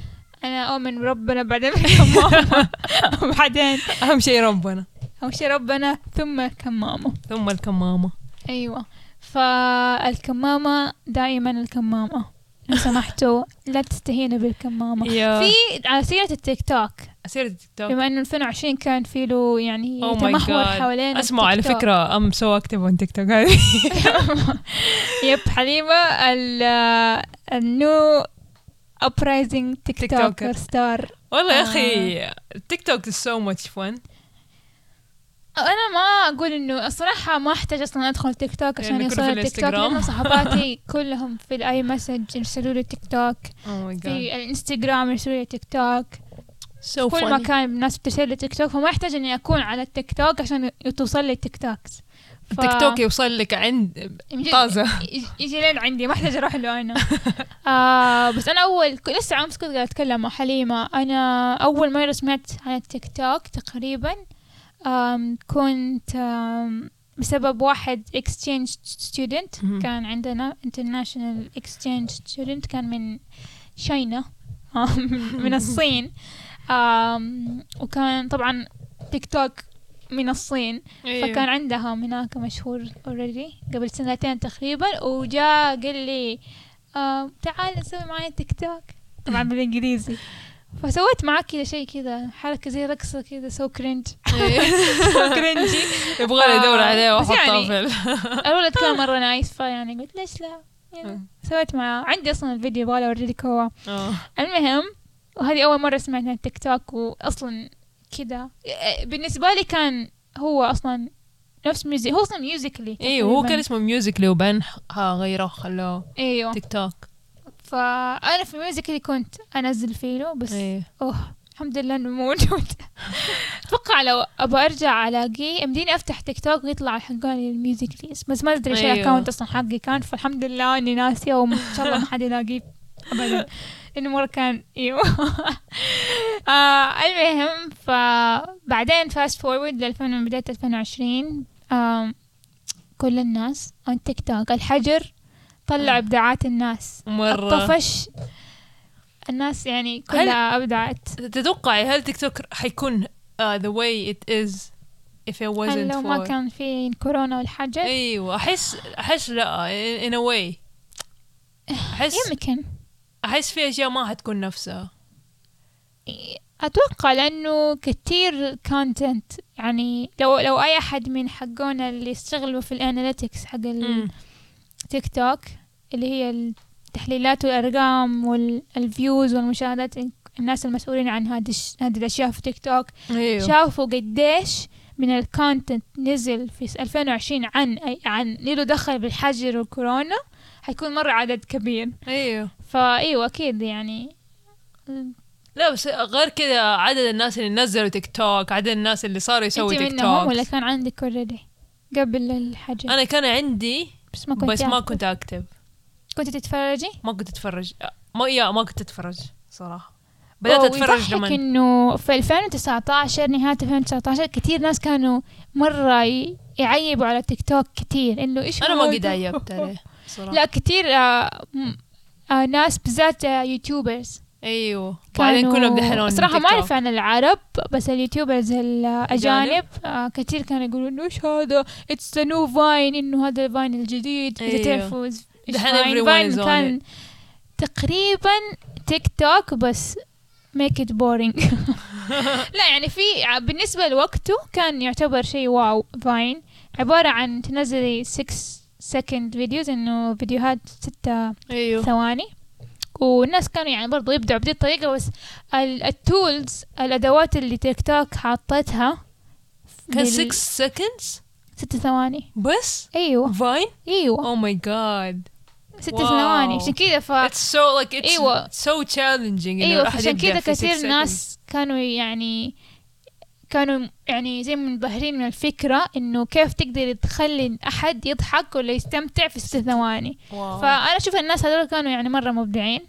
B: انا اؤمن بربنا بعدين بالكمامة وبعدين
A: اهم شيء ربنا
B: اول شيء ربنا ثم الكمامة
A: ثم الكمامه
B: ايوه فالكمامة دائما الكمامة لو سمحتوا لا تستهينوا بالكمامة
A: يا-
B: أمم. في على سيرة التيك توك
A: اسير التيك توك
B: بما انه 2020 كان في له يعني
A: Oh my
B: تمحور
A: God.
B: حوالين
A: اسمع على
B: التيك توك.
A: فكره ام سو اكتب اون تيك توك هذه
B: يب حليمة ال- النو ابرايزنج تيك
A: تيك
B: توكر
A: توكر.
B: ستار
A: والله يا
B: آه.
A: اخي التيك توك از سو ماتش فن
B: انا ما اقول انه الصراحه ما احتاج اصلا ادخل تيك توك عشان
A: لأنه كله يعني في
B: يوصل التيك توك
A: الإنستغرام.
B: لانه صحباتي كلهم في الاي مسج يرسلوا لي تيك توك
A: اوه ماي جاد
B: في الانستغرام يرسلوا لي تيك توك
A: سو
B: كل مكان الناس بترسل لي تيك توك فما يحتاج اني اكون على التيك توك عشان توصل لي تيك توكس ف-
A: التيك توك يوصل لك عند
B: يجي-
A: طازه
B: يجي- يجي لين عندي ما احتاج اروح له انا آه بس انا اول ك- لسه امس كنت قاعده اتكلم مع حليمه انا اول مره سمعت عن التيك توك تقريبا آم كنت آم بسبب واحد اكستشينج ستودنت
A: مهم.
B: كان عندنا انترناشونال اكستشينج ستودنت كان من شاينا من الصين آم وكان طبعا تيك توك من الصين
A: إيه.
B: فكان عندهم هناك مشهور اوريدي قبل سنتين تقريبا وجاء قال لي آه تعال نسوي معي تيك توك طبعا بالانجليزي فسويت معاه كذا شيء كذا حركة زي رقصة كذا سو كرنج سو كرنجي
A: إيه. يبغى لي ادور
B: آه،
A: عليه
B: بس
A: واحطه
B: يعني-
A: في ال-
B: الولد كان مرة نايس فيعني قلت ليش لا يعني سويت معاه عندي اصلا الفيديو يبغى اوريك هو
A: آه.
B: المهم وهذه اول مرة سمعت عن التيك توك واصلا كذا إيه، بالنسبة لي كان هو اصلا نفس ميوزك هو اصلا ميوزيكلي
A: ايوه هو
B: تقريباً.
A: كان اسمه ميوزيك لو بن غيره خلوه
B: ايوه
A: تيك توك
B: فانا في ميوزك اللي كنت انزل فيه له بس
A: ايه
B: اوه الحمد لله انه موجود اتوقع لو ابغى ارجع الاقيه يمديني افتح تيك توك ويطلع حقاني الميوزك ليست بس ما ادري ايش
A: أيوه.
B: الاكونت اصلا حقي كان فالحمد لله اني ناسيه وان شاء الله ما حد يلاقيه ابدا لانه مره كان ايوه آه المهم فبعدين فاست فورورد ل 2000 بدايه 2020 آم، كل الناس اون تيك توك الحجر طلع ابداعات الناس
A: مره
B: الطفش الناس يعني كلها ابدعت
A: تتوقعي هل تيك توك حيكون آه the way it is if it
B: هل
A: wasn't
B: لو ما
A: for
B: كان في كورونا والحجر
A: ايوه احس احس لا in- in a way احس
B: يمكن
A: احس في اشياء ما حتكون نفسها
B: اتوقع لانه كثير كونتنت يعني لو لو اي احد من حقونا اللي يشتغلوا في الاناليتكس حق
A: مم.
B: التيك توك اللي هي التحليلات والارقام والفيوز والمشاهدات الناس المسؤولين عن هذه الش- هذه الاشياء في تيك توك
A: ايوه
B: شافوا قديش من الكونتنت نزل في س- 2020 عن أي عن ليه له دخل بالحجر والكورونا حيكون مرة عدد كبير
A: ايوه
B: فأيوه أكيد يعني
A: لا بس غير كذا عدد الناس اللي نزلوا تيك توك عدد الناس اللي صاروا يسوي
B: أنت
A: تيك
B: منهم
A: توك
B: ولا كان عندك اوريدي قبل الحجر
A: انا كان عندي
B: بس ما كنت
A: بس ما
B: تعرف.
A: كنت اكتب
B: كنت تتفرجي؟
A: ما كنت اتفرج ما يا ما كنت اتفرج صراحه بدات
B: أوه،
A: اتفرج
B: ويضحك
A: لما
B: انه في 2019 نهاية 2019 كثير ناس كانوا مرة ي- يعيبوا على تيك توك كثير انه ايش
A: انا ما
B: هو
A: قد
B: ده؟
A: عيبت عليه صراحه
B: لا كثير آه م- آه ناس بالذات آه يوتيوبرز
A: ايوه
B: كانوا
A: بعدين كلهم دحين
B: صراحة ما أعرف عن العرب بس اليوتيوبرز الأجانب آه كثير كانوا يقولوا إنه إيش هذا؟ اتس نو فاين إنه هذا الفاين الجديد إذا
A: أيوه.
B: تعرفوا إيش
A: دحين
B: فاين
A: everyone
B: فاين
A: is on
B: كان تقريبا تيك توك بس ميك ات بورينج لا يعني في ع- بالنسبة لوقته كان يعتبر شيء واو فاين عبارة عن تنزلي 6 سكند فيديوز إنه فيديوهات ستة
A: ايوه
B: ثواني والناس كانوا يعني برضو يبدعوا بهذه الطريقة بس التولز الأدوات اللي تيك توك حاطتها
A: كان
B: بال-
A: 6 سكندز
B: ست ثواني
A: بس Oh
B: أيوة
A: فاين
B: أيوة
A: او ماي جاد
B: ست
A: واو.
B: ثواني عشان كذا ف
A: اتس سو لايك
B: أيوة.
A: اتس سو تشالنجينج
B: أيوة عشان كذا كثير ناس كانوا يعني كانوا يعني زي منبهرين من الفكرة إنه كيف تقدر تخلي أحد يضحك ولا يستمتع في ست ثواني
A: آه.
B: فانا اشوف الناس هذول كانوا يعني مره مبدعين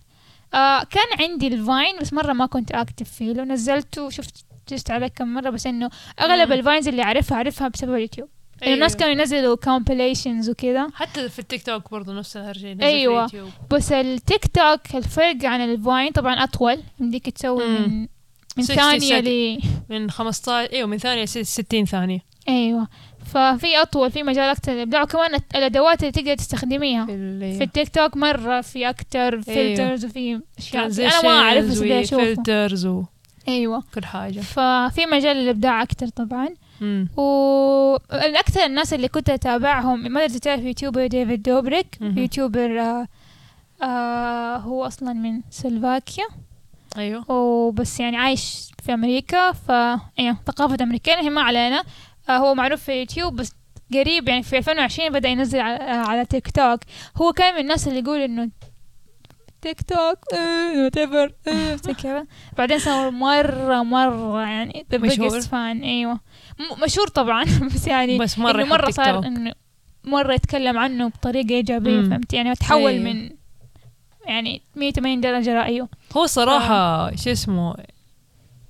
B: آه كان عندي الفاين بس مره ما كنت اكتف فيه لو نزلته شفت جست عليه كم مره بس انه اغلب
A: مم.
B: الفاينز اللي اعرفها اعرفها بسبب اليوتيوب أيوة. الناس كانوا ينزلوا كومبيليشنز وكذا
A: أيوه. حتى في التيك توك برضه نفس الهرجه
B: أيوة.
A: ايوه اليوتيوب
B: بس التيك توك الفرق عن الفاين طبعا اطول يمديك تسوي
A: مم.
B: من من
A: 60
B: ثانيه
A: second.
B: ل
A: من 15 ايوه من ثانيه ل 60 ثانيه
B: ايوه ففي اطول في مجال اكثر للابداع وكمان الت- الادوات اللي تقدر تستخدميها
A: أيوه.
B: في التيك توك مره في اكتر
A: أيوة.
B: فلترز وفي اشياء انا ما اعرف بس بدي اشوفها
A: فلترز وكل
B: ايوه
A: حاجه
B: ففي مجال للإبداع أكتر طبعا
A: مم.
B: وأكثر الناس اللي كنت أتابعهم ما أدري تعرف يوتيوبر ديفيد دوبريك
A: مهم.
B: يوتيوبر آه آه هو أصلا من سلوفاكيا أيوه.
A: ايوه
B: وبس يعني عايش في أمريكا ف يعني ثقافة أمريكية هي ما علينا آه هو معروف في يوتيوب بس قريب يعني في 2020 بدأ ينزل على, آه على تيك توك هو كان من الناس اللي يقول إنه تيك توك آه، وات ايفر كذا بعدين صار مرة مرة يعني ذا
A: مشهور.
B: بيجست فان ايوه م- مشهور طبعا بس يعني
A: بس مرة
B: إنه
A: يحط
B: مرة
A: تيك
B: صار
A: توك.
B: انه مرة يتكلم عنه بطريقة ايجابية
A: مم.
B: فهمت يعني تحول
A: أيوه.
B: من يعني 180 درجة رأيه
A: هو صراحة شو اسمه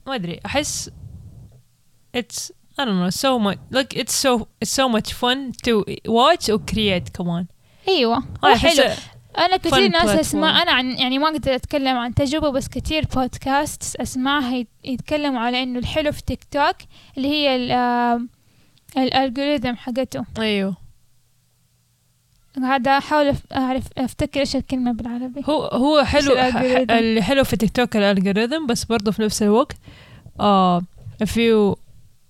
A: ما ادري احس it's I don't know so much like it's so it's so much fun to watch و create كمان
B: ايوه
A: أنا
B: هو
A: أحس-
B: حلو انا كثير
A: آه، fun
B: ناس
A: platform.
B: اسمع انا عن يعني ما اقدر اتكلم عن تجربه بس كثير بودكاست اسمعها يت- يتكلموا على انه الحلو في تيك توك اللي هي ال- آم، الالجوريثم حقته
A: ايوه
B: هذا احاول أف- اعرف افتكر ايش الكلمه بالعربي
A: هو هو حلو
B: الalgorithm؟
A: اللي حلو في تيك توك الالجوريثم بس برضه في نفس الوقت uh, if you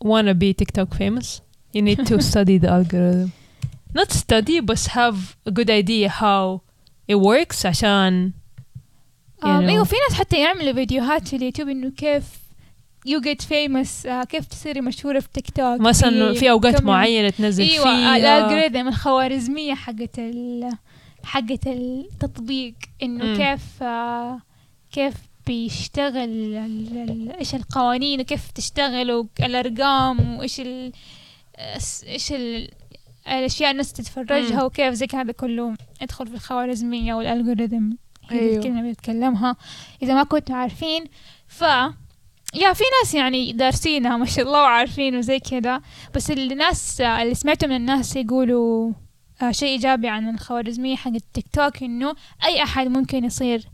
A: wanna be TikTok famous you need to study the algorithm not study بس have a good idea how it works عشان
B: آم،
A: you know.
B: ايوه في ناس حتى يعملوا فيديوهات في اليوتيوب انه كيف يو جيت فيمس آه، كيف تصيري مشهوره في تيك توك
A: مثلا في اوقات
B: كم-
A: معينة تنزل
B: ايوه
A: فيها
B: الالجوريثم الخوارزميه حقت ال حقت التطبيق انه
A: مم.
B: كيف آه، كيف بيشتغل ال- ال- ايش القوانين وكيف تشتغل والارقام وايش ال أس- ايش ال الاشياء الناس تتفرجها
A: مم.
B: وكيف زي هذا كله ادخل في الخوارزميه والالجوريثم هي دي
A: أيوه.
B: الكلمه اللي بيتكلمها اذا ما كنتوا عارفين ف يا في ناس يعني دارسينها ما شاء الله وعارفين وزي كذا بس الناس اللي سمعته من الناس يقولوا آه، شيء ايجابي عن الخوارزميه حق التيك توك انه اي احد ممكن يصير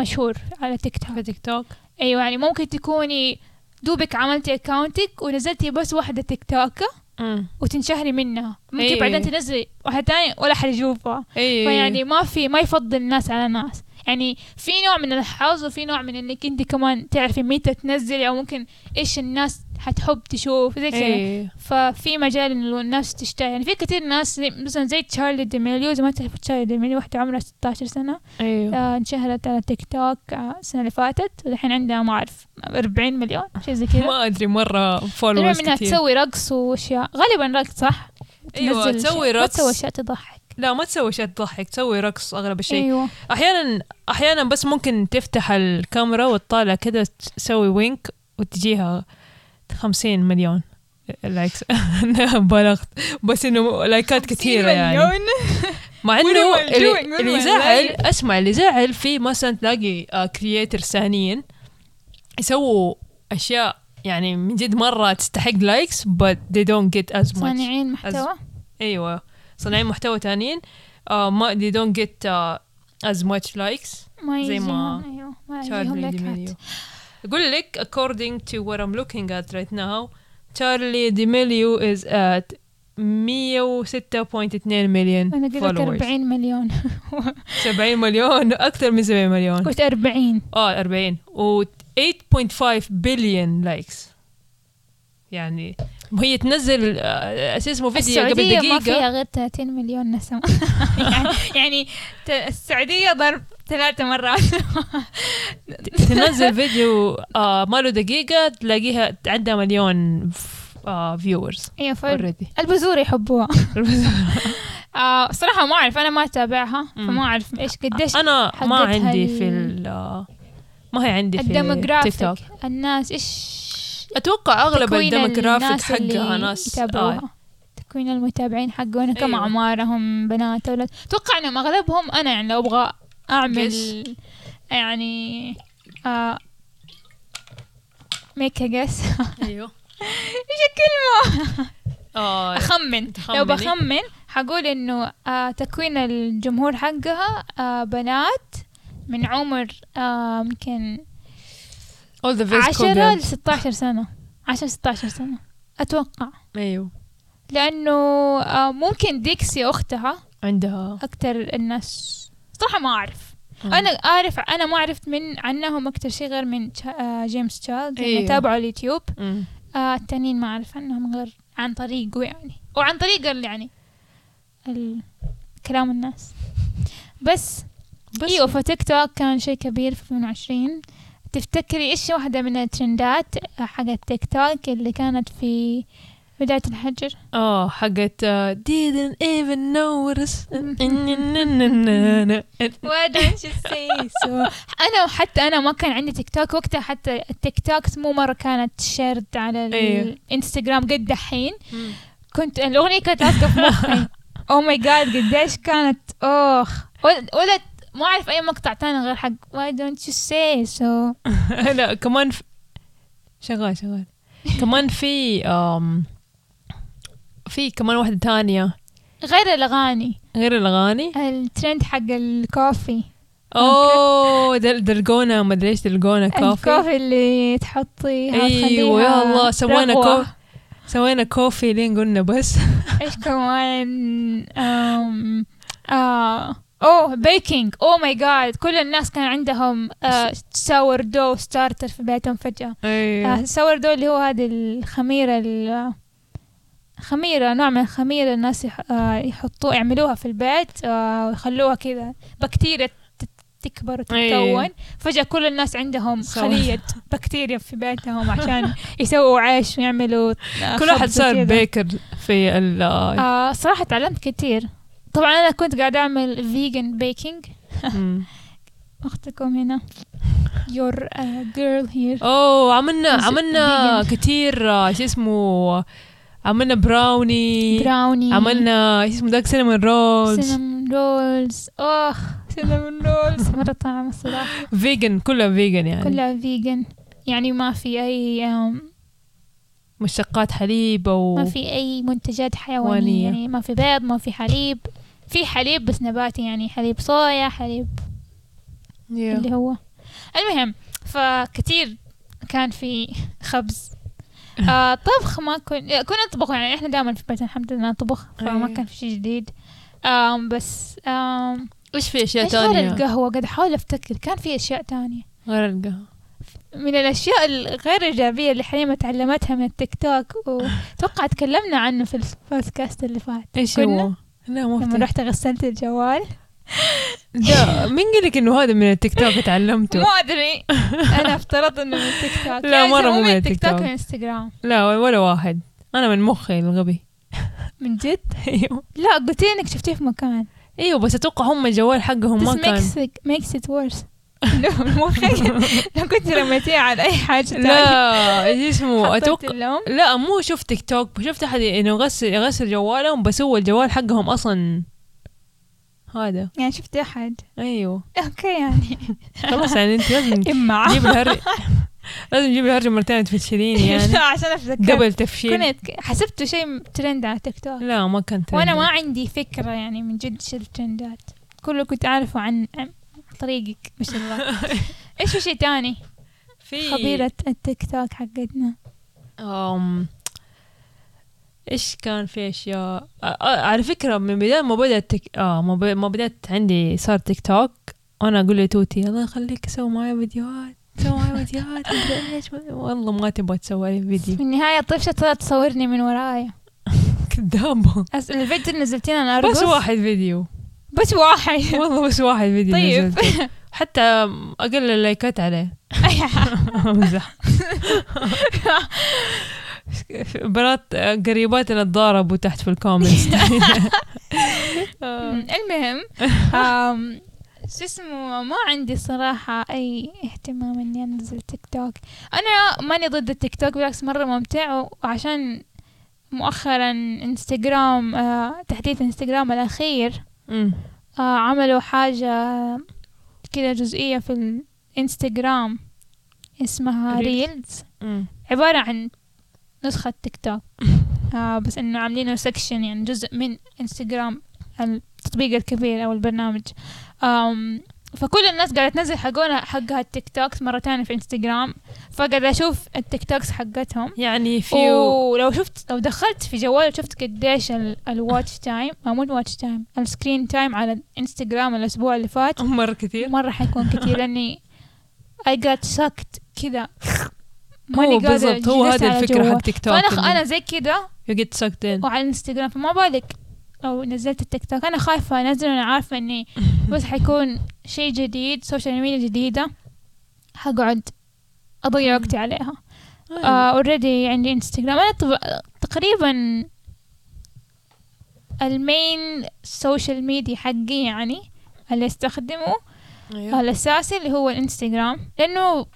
B: مشهور على تيك
A: في
B: توك
A: تيك توك
B: ايوه يعني ممكن تكوني دوبك عملتي اكاونتك ونزلتي بس واحده تيك توك
A: مم.
B: وتنشهري منها ممكن
A: إيه.
B: بعدين تنزلي واحده ثانيه ولا حد يشوفها
A: ايوه
B: فيعني ما في ما يفضل الناس على ناس يعني في نوع من الحظ وفي نوع من انك انت كمان تعرفي متى تنزلي او ممكن ايش الناس حتحب تشوف زي كذا
A: إيه.
B: ففي مجال انه الناس تشتهي يعني في كثير ناس زي- مثلا زي تشارلي ديميليو زي ما تعرف تشارلي ديميليو واحدة عمرها 16 سنة
A: ايوه
B: آه، انشهرت على تيك توك آه، السنة اللي فاتت والحين عندها ما أعرف 40 مليون شيء زي كذا
A: ما ادري مره
B: إيه. المهم
A: فولورز
B: انها
A: كثير
B: تسوي رقص واشياء غالبا رقص صح؟
A: ايوه
B: تنزل
A: تسوي
B: أشياء- ما
A: رقص
B: تسوي اشياء تضحك
A: لا ما تسوي اشياء تضحك تسوي رقص اغلب الشيء
B: ايوه
A: احيانا احيانا بس ممكن تفتح الكاميرا وتطالع كذا تسوي وينك وتجيها 50 مليون لايكس أنا بالغت بس انه لايكات كثيره يعني مع
B: What
A: انه
B: am I doing?
A: اللي
B: What
A: اللي
B: am I
A: يزعل
B: like?
A: اسمع اللي يزعل في مثلا تلاقي كرييتر ثانيين يسووا اشياء يعني من جد مره تستحق لايكس but they don't get as much
B: صانعين محتوى
A: ايوه صانعين محتوى ثانيين آه ما they don't get آه as much likes
B: ما
A: زي ما
B: يجيهم ايوه ما يجيهم
A: تشارلي
B: لك
A: ديميليو أقول لك according to what I'm looking at right now تشارلي ديميليو is at 106.2 مليون
B: انا قلت لك
A: followers
B: 40 مليون
A: 70 مليون أكثر من 70 مليون
B: قلت 40
A: اه 40 و 8.5 بليون لايكس يعني هي تنزل آه، شو اسمه فيديو قبل
B: السعودية ما
A: دقيقة
B: فيها غير 30 مليون نسمة يعني, يعني ت- السعودية ضرب ثلاثة مرات
A: تنزل فيديو آه ما له دقيقة تلاقيها عندها مليون آه، فيورز
B: ايوه فال-
A: اوريدي
B: البذور يحبوها آه صراحة ما أعرف أنا ما أتابعها فما أعرف إيش قديش
A: انا ما
B: حقتها
A: عندي في
B: ال-
A: ال آه، ما هي عندي في التيك توك
B: الديموغرافيك الناس إيش
A: اتوقع اغلب
B: تكوين
A: الديموغرافيك
B: الناس اللي
A: حقها ناس
B: يتابعوها
A: آه.
B: تكوين المتابعين حقهم كم
A: أيوة.
B: أعمارهم بنات أولاد أتوقع إنهم أغلبهم أنا يعني لو أبغى أعمل
A: Guess.
B: يعني آه ميك جس
A: ايوه
B: ايش الكلمة؟
A: آه.
B: اخمن
A: تخمني.
B: لو بخمن حقول انه آه تكوين الجمهور حقها آه بنات من عمر آه يمكن
A: all the best
B: 10 ل
A: couples.
B: 16 سنة 10 16 سنة اتوقع
A: ايوه
B: لانه آه ممكن ديكسي اختها
A: عندها
B: اكثر الناس صراحة ما اعرف
A: مم.
B: انا اعرف انا ما عرفت من عنهم اكثر شيء غير من تشا- آه، جيمس تشارلز اللي
A: أيوة.
B: تابعوا اليوتيوب
A: مم.
B: آه، التانيين ما أعرف عنهم غير عن طريقه يعني وعن طريق ال- يعني ال- كلام الناس بس,
A: بس
B: ايوه فتيك توك كان شيء كبير في 2020 تفتكري ايش واحدة من الترندات حق تيك توك اللي كانت في بداية الحجر
A: اه حقت آه، didn't even notice إن-
B: Why don't you say so? انا وحتى انا ما كان عندي تيك توك وقتها حتى التيك توكس مو مرة كانت شيرد على
A: أيوة.
B: الانستغرام قد دحين كنت الاغنيه كانت لاصقه في مخي او ماي جاد قديش كانت اخ ولا ولا ما اعرف اي مقطع تاني غير حق why don't you say so
A: لا كمان في... شغال شغال كمان في آم... في كمان واحدة تانية
B: غير الاغاني
A: غير الأغاني
B: الترند حق الكوفي
A: اوه Oh, دل دلقونا ما ادري ايش دلقونا كوفي
B: الكوفي اللي تحطيه
A: ايوه يا الله سوينا كوفي سوينا كوفي لين قلنا بس
B: ايش كمان أم... آه. اوه بيكينج اوه ماي جاد كل الناس كان عندهم آه ساور دو ستارتر في بيتهم فجأة
A: ايوه
B: اتصور دول اللي هو هذه الخميرة ال- خميرة نوع من الخميرة الناس يح- آه، يحطوه يعملوها في البيت آه، ويخلوها كذا بكتيريا تت- تكبر وتتكون
A: إيه.
B: فجأة كل الناس عندهم
A: سوا.
B: خلية بكتيريا في بيتهم عشان يسووا عيش ويعملوا آه،
A: كل واحد
B: خبز
A: صار
B: وكذا.
A: بيكر في ال
B: آه صراحة تعلمت كتير طبعا أنا كنت قاعدة أعمل فيجن بيكينج
A: مم.
B: أختكم هنا your آه، girl here
A: اوه عملنا
B: Is it
A: عملنا كثير آه، شو اسمه عملنا براوني
B: براوني
A: عملنا ايش اسمه ذاك سينمون رولز
B: سينامون رولز اخ سينامون رولز مره طعم الصراحه
A: فيجن كلها فيجن يعني
B: كلها فيجن يعني ما في اي أم،
A: مشتقات حليب او
B: ما في اي منتجات حيوانيه
A: حيوانية.
B: يعني ما في بيض ما في حليب في حليب بس نباتي يعني حليب صويا حليب
A: Yeah.
B: اللي هو المهم فكتير كان في خبز آه طبخ ما كن كنا نطبخ يعني احنا دائما في بيتنا الحمد لله نطبخ فما
A: أي.
B: كان في شيء جديد آم بس آم
A: ايش في اشياء
B: ايش غير
A: ثانيه
B: القهوة قاعد احاول افتكر كان في اشياء تانية
A: غير القهوه
B: من الأشياء الغير إيجابية اللي حليمة تعلمتها من التيك توك وتوقع تكلمنا عنه في البودكاست اللي فات
A: ايش
B: كنا
A: هو؟ لا ما
B: لما
A: افتكر
B: رحت غسلت الجوال
A: لا مين قال لك انه هذا من التيك توك تعلمته؟
B: مو أدري أنا افترضت إنه من التيك توك
A: لا،
B: يعني
A: مرة
B: زي
A: مو من
B: التيك
A: التيك
B: توك
A: توك.
B: وإنستغرام
A: لا ولا واحد انا من مخي الغبي
B: من جد
A: ايوه
B: لا قلت لي إنك شفتيه في مكان
A: ايوه بس اتوقع هم الجوال حقهم
B: This
A: ما كان
B: makes it, makes it worse لو لو كنت رميتيه على اي حاجه تانية،
A: لا ايش اسمه
B: حطيت
A: اتوقع
B: اللوم
A: لا مو شفت تيك توك شفت احد انه غسل غسل جوالهم بس هو الجوال حقهم اصلا هذا
B: يعني شفت احد
A: ايوه
B: اوكي يعني
A: خلاص يعني انت لازم
B: اما
A: جيب الهر لازم جيب الهرجه مرتين تفشلين يعني
B: لا عشان اتذكر
A: قبل تفشيل
B: كنت حسبته شيء ترند على تيك توك
A: لا ما كان
B: وانا
A: ترند.
B: ما عندي فكره يعني من جد شو الترندات كله كنت اعرفه عن عن طريقك ما شاء الله ايش في شيء تاني
A: في
B: خبيره التيك توك حقتنا
A: أم... ايش كان في اشياء أ- أ- على فكره من بدايه ما بدات تك... اه ما, ب... ما بدات عندي صار تيك توك وانا اقول لتوتي الله يخليك سوي معي فيديوهات سوي معي فيديوهات مدري ايش والله ما تبغى تسوي لي
B: في
A: فيديو
B: النهايه طفشه طلعت تصورني من ورايا
A: كذابه
B: أس- الفيديو اللي نزلتيني انا ارقص
A: بس واحد فيديو
B: بس واحد
A: والله بس واحد فيديو
B: طيب
A: نزلته. حتى اقل اللايكات عليه
B: أيوة.
A: امزح بنات قريباتنا تضاربوا تحت في الكومنتس آه.
B: أمم، المهم أم، شو اسمه ما عندي صراحة أي اهتمام إني أنزل تيك توك أنا ماني ضد التيك توك بالعكس مرة ممتع و- وعشان مؤخرا انستغرام آه، تحديث انستغرام الأخير
A: أمم.
B: آه، عملوا حاجة كده جزئية في الانستغرام اسمها
A: ريلز.
B: ريلز
A: أمم.
B: عبارة عن نسخة تيك توك آه بس انه عاملينه سكشن يعني جزء من انستغرام التطبيق الكبير او البرنامج آم فكل الناس قاعدة تنزل حقونها حقها التيك توكس مرة تانية في انستغرام فقاعدة اشوف التيك توكس حقتهم
A: يعني فيو
B: ولو شفت لو دخلت في جوالي وشفت قديش الواتش تايم او آه، مو الواتش تايم السكرين تايم على انستغرام الاسبوع اللي فات
A: مرة كثير
B: مرة حيكون كثير لأني I got sucked كذا
A: هو بالضبط هو
B: جلست
A: هذه
B: على
A: الفكرة
B: جوا.
A: حق تيك توك
B: فأنا خ- أنا زي كذا
A: يو جيت ساكت ان
B: وعلى الانستغرام فما بالك لو نزلت التيك توك أنا خايفة أنزل وأنا عارفة إني بس حيكون شيء جديد سوشيال ميديا جديدة حقعد أضيع وقتي عليها آه. اوريدي عندي انستغرام انا طب... تقريبا المين سوشيال ميديا حقي يعني اللي استخدمه
A: أيوه،
B: الأساسي اللي هو الانستغرام لأنه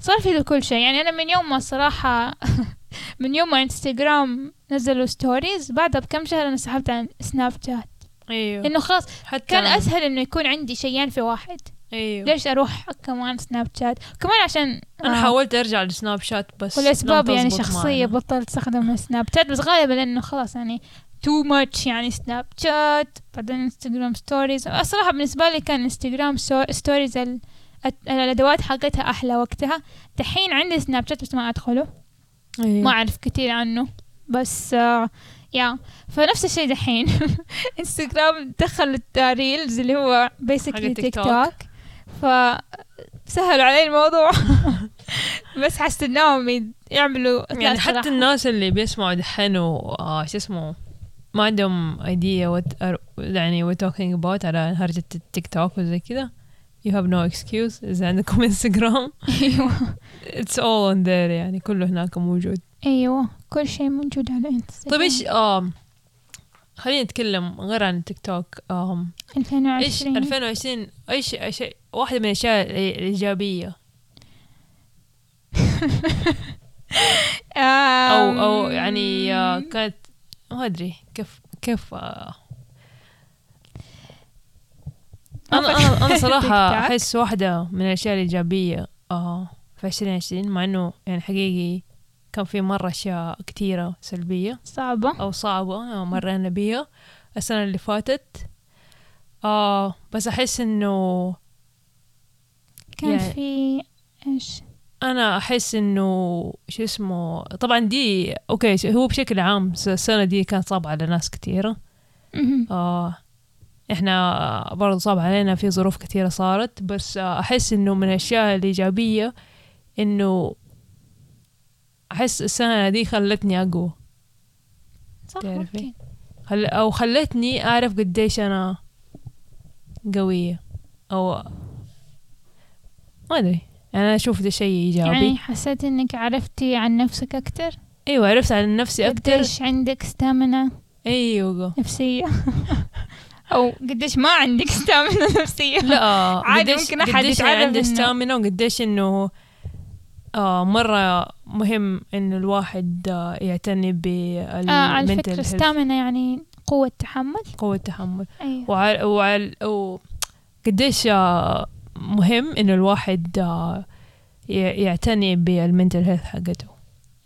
B: صار في له كل شيء يعني أنا من يوم ما صراحة من يوم ما انستغرام نزلوا ستوريز بعدها بكم شهر أنا سحبت عن سناب شات
A: ايوه
B: إنه خلاص
A: حتى
B: كان أسهل إنه يكون عندي شيئين في واحد
A: ايوه
B: ليش أروح كمان سناب شات كمان عشان
A: انا
B: آه،
A: حاولت ارجع لسناب شات بس
B: والأسباب
A: لم
B: يعني
A: تزبط
B: شخصية
A: معنا.
B: بطلت أستخدم سناب شات بس غالبا لأنه خلاص يعني تو ماتش يعني سناب شات بعدين انستغرام ستوريز الصراحة بالنسبة لي كان انستغرام سو- ستوريز ال- الت- الأدوات حقتها أحلى وقتها دحين عندي سناب شات بس ما أدخله
A: أيوه.
B: ما أعرف كتير عنه بس آه يا فنفس الشيء دحين انستغرام دخل التاريلز اللي هو بيسكلي
A: تيك
B: تيك
A: توك.
B: توك فسهلوا علي الموضوع بس حستناهم يد- يعملوا لا،
A: يعني حتى
B: صراحة.
A: الناس اللي بيسمعوا دحين و آه، شو اسمه ما عندهم ايديا وات يعني وات توكينج اباوت على هرجة التيك توك وزي كذا you have no excuse اذا عندكم انستغرام
B: ايوه
A: it's all on there يعني كله هناك موجود
B: ايوه كل شيء موجود على انستغرام
A: طيب ايش آم خلينا نتكلم غير عن التيك توك آم ايش
B: 2020
A: 2020 ايش ايش واحدة من الاشياء الإي- الايجابية او او يعني آه، كانت ما ادري كيف كيف آه، انا انا انا صراحه
B: تيك توك.
A: احس واحده من الاشياء الايجابيه اه في 2020 مع انه يعني حقيقي كان في مره اشياء كثيره سلبيه
B: صعبه
A: او صعبه آه، مرينا بيها السنه اللي فاتت اه بس احس انه
B: كان
A: يعني-
B: في ايش
A: انا احس انه شو اسمه طبعا دي اوكي هو بشكل عام السنه دي كانت صعبه على ناس كثيره
B: مهم.
A: آه احنا برضو صعب علينا في ظروف كثيرة صارت بس آه، احس انه من الاشياء الايجابية انه احس السنه دي خلتني اقوى
B: صح
A: تعرفي.
B: ممكن
A: خل... او خلتني اعرف قديش انا قويه او ما ادري يعني انا اشوف ده شيء ايجابي
B: يعني
A: يعني...
B: حسيت انك عرفتي عن نفسك اكثر
A: ايوه عرفت عن نفسي اكتر
B: قديش عندك ستامنا
A: ايوه
B: نفسية او قديش ما عندك ستامنا نفسية
A: لا
B: عادي
A: قديش-
B: ممكن أحد
A: قديش
B: يتعرف
A: عنده
B: إنه-
A: ستامنا وقديش انه آه مرة مهم انه الواحد آه يعتني بال
B: آه على
A: mental
B: فكرة
A: health،
B: ستامنا يعني قوة تحمل
A: قوة التحمل
B: ايوه
A: وعلى وعل... و... قديش آه مهم انه الواحد آه ي- يعتني بالمنتل هيلث حقته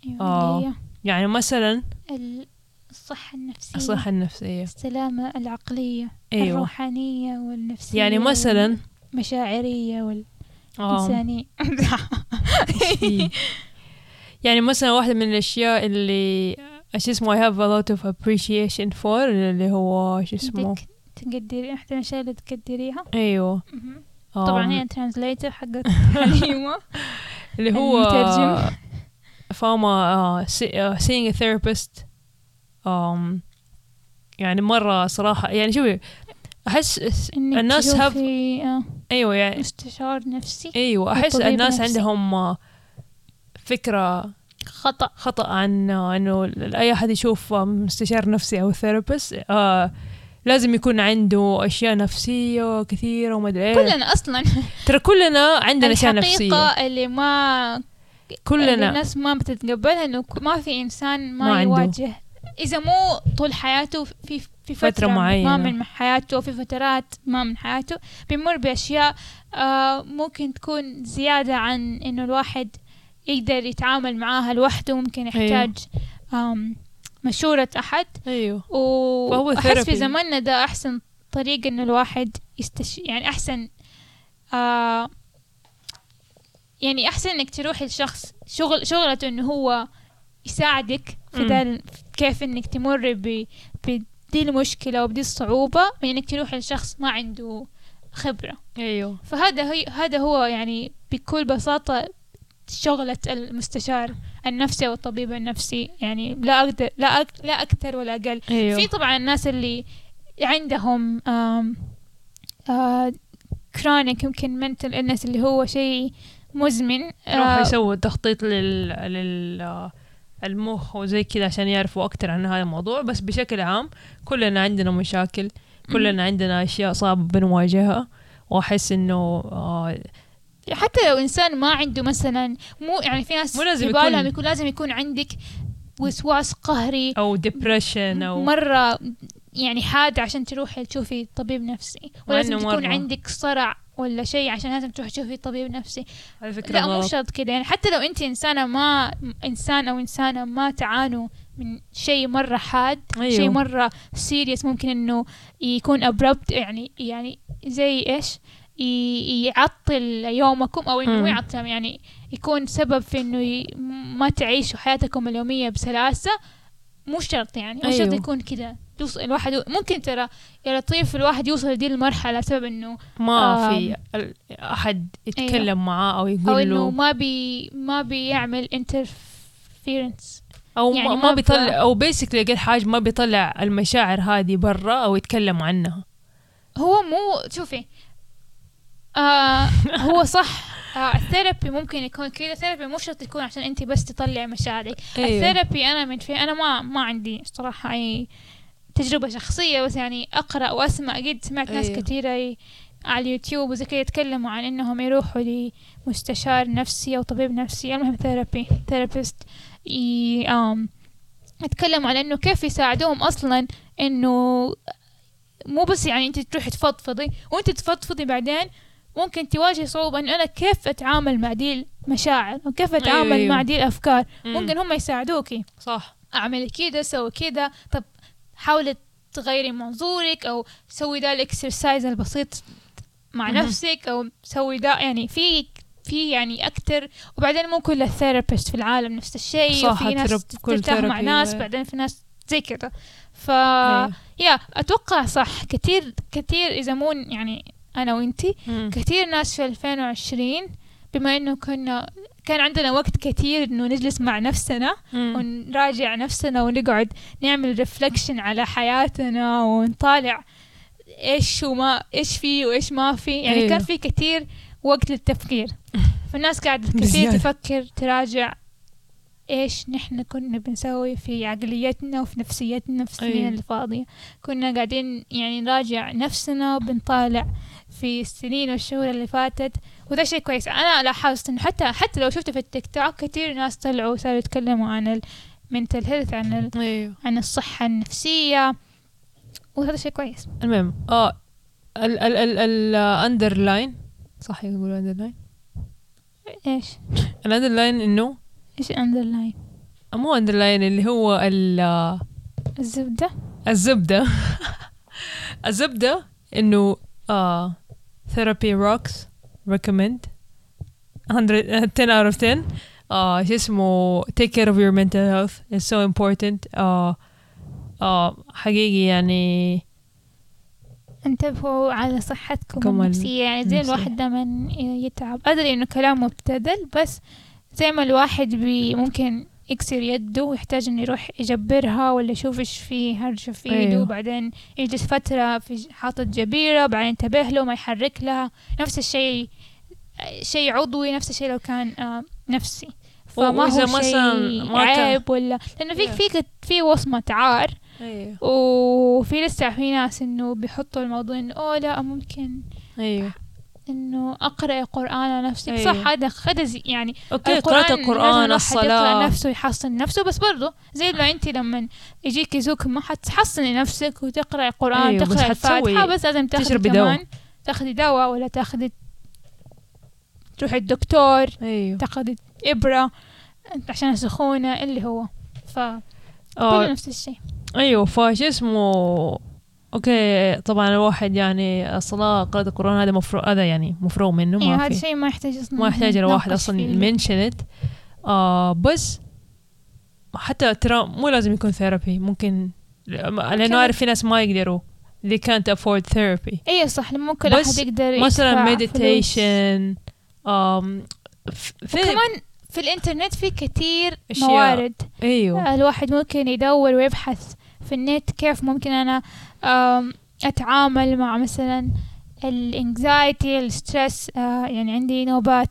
B: ايوه
A: آه.
B: اللي هي
A: يعني مثلا
B: أيوة. ال- الصحة النفسية
A: الصحة النفسية
B: السلامة العقلية أيوة.
A: ايوه
B: الروحانية والنفسية
A: يعني مثلا
B: والمشاعرية
A: آه
B: والإنسانية
A: إيه. يعني مثلا واحدة من الأشياء اللي ايش اسمه I have a lot of appreciation for اللي هو ايش اسمه
B: بدك تقدري احدى الأشياء اللي تقدريها
A: ايوه
B: مهم.
A: آم،
B: طبعا هي ترانزليتر حقت حليمة
A: اللي هو
B: المترجم.
A: فاما آه، see- آه، seeing a therapist mm, آم، يعني مرة صراحة يعني شوفي أحس
B: انك
A: الناس هاف
B: تشوفي آه،
A: أيوه يعني
B: مستشار نفسي
A: أيوه أحس
B: الطبيب
A: الناس
B: نفسي.
A: عندهم آه، فكرة
B: خطأ
A: خطأ عن آه، إنه ال- أي أحد يشوف آه، مستشار نفسي أو ثيرابيست لازم يكون عنده أشياء نفسية كثيرة وما أدري إيه
B: كلنا أصلا
A: ترى كلنا عندنا أشياء نفسية
B: الحقيقة اللي ما اللي
A: كلنا
B: الناس ما بتتقبلها انه ك- ما في انسان ما,
A: ما
B: ما
A: عنده.
B: يواجه اذا مو طول حياته في في فترة,
A: فترة
B: ما
A: معينة.
B: من حياته في فترات ما من حياته بيمر باشياء آه ممكن تكون زيادة عن انه الواحد يقدر يتعامل معاها لوحده ممكن يحتاج آم مشورة احد
A: أيوه فهو
B: واحس في
A: therapy.
B: زماننا ده احسن طريقة انه الواحد يستش يعني احسن آه يعني احسن انك تروحي لشخص شغل شغلته انه هو يساعدك في
A: مم.
B: ده ال- كيف انك تمر ب بدي المشكلة وبدي الصعوبة من انك تروحي لشخص ما عنده خبرة إيوه.
A: أيوه
B: فهذا هي هذا هو يعني بكل بساطة شغلة المستشار النفسي والطبيب النفسي يعني لا أقدر لا أك لا أكثر ولا أقل
A: أيوه
B: في طبعا الناس اللي عندهم آم آه كرونيك يمكن منتل الناس اللي هو شيء مزمن
A: راح
B: آه،
A: يسووا تخطيط لل... لل المخ وزي كذا عشان يعرفوا أكتر عن هذا الموضوع بس بشكل عام كلنا عندنا مشاكل كلنا عندنا أشياء صعبة بنواجهها وأحس إنه آه
B: حتى لو انسان ما عنده مثلا مو يعني في ناس
A: مو لازم
B: في بالهم
A: يكون- Oh,
B: يكون لازم يكون عندك وسواس قهري
A: أو ديبرشن أو
B: مرة يعني حاد عشان تروحي تشوفي طبيب نفسي
A: مع
B: ولازم
A: إنه
B: تكون
A: مرة.
B: عندك صرع ولا شيء عشان لازم تروحي تشوفي طبيب نفسي
A: على فكرة
B: لا مو
A: غلط.
B: شرط كده يعني حتى لو انت انسانة ما انسان او انسانة ما تعانوا من شيء مرة حاد
A: أيوه.
B: شيء مرة سيريس ممكن انه يكون ابربت يعني يعني زي ايش ي- يعطل يومكم او انه
A: مم.
B: مو يعطل يعني يكون سبب في انه ي- ما تعيشوا حياتكم اليومية بسلاسة مو شرط يعني مو شرط
A: أيوه.
B: يكون كده يوصل الواحد يو- ممكن ترى يا لطيف الواحد يوصل لدي المرحلة بسبب انه
A: ما
B: آم،
A: في ال- أحد
B: أيوه.
A: يتكلم معاه أو
B: او
A: يقول
B: انه
A: له
B: ما بي ما بيعمل انترفيرنس
A: أو
B: يعني
A: ما,
B: ما
A: ما
B: ب-
A: بيطلع أو بيسكلي أقل حاجة ما بيطلع المشاعر هذه برا أو يتكلم عنها
B: هو مو شوفي آه هو صح آه الثيرابي ممكن يكون كذا الثيرابي مو شرط يكون عشان انت بس تطلعي مشاعرك
A: أيوه.
B: الثيرابي انا من في انا ما ما عندي صراحه اي تجربه شخصيه بس يعني اقرا واسمع قد سمعت ناس
A: أيوه.
B: كثيره ي- على اليوتيوب وزي كذا يتكلموا عن انهم يروحوا لمستشار نفسي او طبيب نفسي المهم ثيرابي ثيرابيست ي- آم، يتكلموا على انه كيف يساعدوهم اصلا انه مو بس يعني انت تروحي تفضفضي وانت تفضفضي بعدين ممكن تواجهي صعوبة انه انا كيف اتعامل مع دي المشاعر وكيف اتعامل
A: أيوه.
B: مع دي الافكار
A: مم.
B: ممكن هم يساعدوكي
A: صح
B: اعملي كده سوي كده طب حاولي تغيري منظورك او سوي ده الاكسرسايز البسيط مع
A: مهم.
B: نفسك او سوي ده يعني في في يعني اكتر وبعدين مو كل الثيرابيست في العالم نفس الشيء
A: صح،
B: في ناس
A: الثيراب- كل
B: ترتاح مع
A: ثيرابي
B: ناس
A: غير.
B: بعدين في ناس زي كده ف
A: أيوه.
B: يا اتوقع صح كثير كثير اذا مو يعني انا وانتي
A: مم.
B: كثير ناس في 2020 بما انه كنا كان عندنا وقت كثير انه نجلس مع نفسنا
A: مم.
B: ونراجع نفسنا ونقعد نعمل ريفلكشن على حياتنا ونطالع ايش وما ايش في وايش ما في يعني
A: أيوه.
B: كان في كثير وقت للتفكير فالناس قاعدة كثير
A: بزيادة.
B: تفكر تراجع ايش نحن كنا بنسوي في عقليتنا وفي نفسيتنا في السنين
A: أيوه.
B: الفاضية كنا قاعدين يعني نراجع نفسنا وبنطالع في السنين والشهور اللي فاتت وده شيء كويس انا لاحظت انه حتى حتى لو شفته في التيك توك كثير ناس طلعوا صاروا يتكلموا عن المنتل هيلث عن ال...
A: ايوه
B: عن الصحة النفسية وهذا شيء كويس
A: المهم اه ال ال ال الاندرلاين صح يقولوا اندرلاين
B: ايش
A: الاندرلاين انه
B: ايش الاندرلاين
A: مو اندرلاين اللي هو ال- آه،
B: الزبدة
A: الزبدة الزبدة انه آه therapy rocks recommend 100 10 out of 10 آه شو اسمه take care of your mental health is so important آه آه حقيقي يعني
B: انتبهوا على صحتكم
A: كمان
B: النفسية يعني زي
A: نفسية.
B: الواحد دائما يتعب أدري إنه كلام مبتذل بس زي ما الواحد بي ممكن يكسر يده ويحتاج إنه يروح يجبرها ولا يشوف إيش فيه هرشة في إيده
A: أيوه.
B: وبعدين يجلس فترة في ج- حاطط جبيرة بعدين ينتبه له ما يحرك لها نفس الشيء شيء عضوي نفس الشيء لو كان آه، نفسي فما
A: وإذا
B: هو
A: مثلاً
B: شيء
A: ما كان-
B: عيب ولا لأنه في
A: Yeah.
B: في في وصمة عار أيوة،
A: ايوه
B: وفي لسه في ناس انه بيحطوا الموضوع انه اوه لا ممكن أيوة.
A: ايوه
B: انه اقرا قران على نفسي
A: أيوة.
B: صح هذا هذا زي- يعني
A: اوكي إيه، قراءة
B: لازم
A: القرآن
B: الواحد يقرأ
A: الصلاة
B: نفسه يحصن نفسه بس برضه زي ما انت لما يجيك يزوك ما حتحصني نفسك وتقرا قران
A: أيوة،
B: أيوه
A: بس
B: تقرا
A: حتسوي-
B: الفاتحه بس لازم تاخذي
A: تشربي دواء.
B: كمان تاخذي دواء ولا تاخذي تروحي الدكتور
A: ايوه
B: تاخذي ابره عشان السخونه اللي هو ف
A: آه،
B: كله نفس الشيء
A: ايوه فش اسمه اوكي طبعا الواحد يعني الصلاه قراءه القران هذا مفروغ هذا يعني مفروغ منه
B: يعني
A: ما
B: هذا
A: في
B: شيء ما يحتاج اصلا
A: ما يحتاج الواحد
B: نتناقش
A: اصلا
B: فيه.
A: منشنت آه بس حتى ترى مو لازم يكون ثيرابي ممكن لانه اعرف في ناس ما يقدروا they can't afford therapy
B: اي إيه، صح لما ممكن
A: بس
B: احد يقدر
A: مثلا
B: إيه، يدفع
A: meditation um, ف- في
B: فلوس. كمان في الانترنت في كثير
A: أشياء.
B: موارد آه،
A: ايوه
B: الواحد ممكن يدور ويبحث في النت كيف ممكن انا آم، اتعامل مع مثلا الانكزايتي الستريس آه، يعني عندي نوبات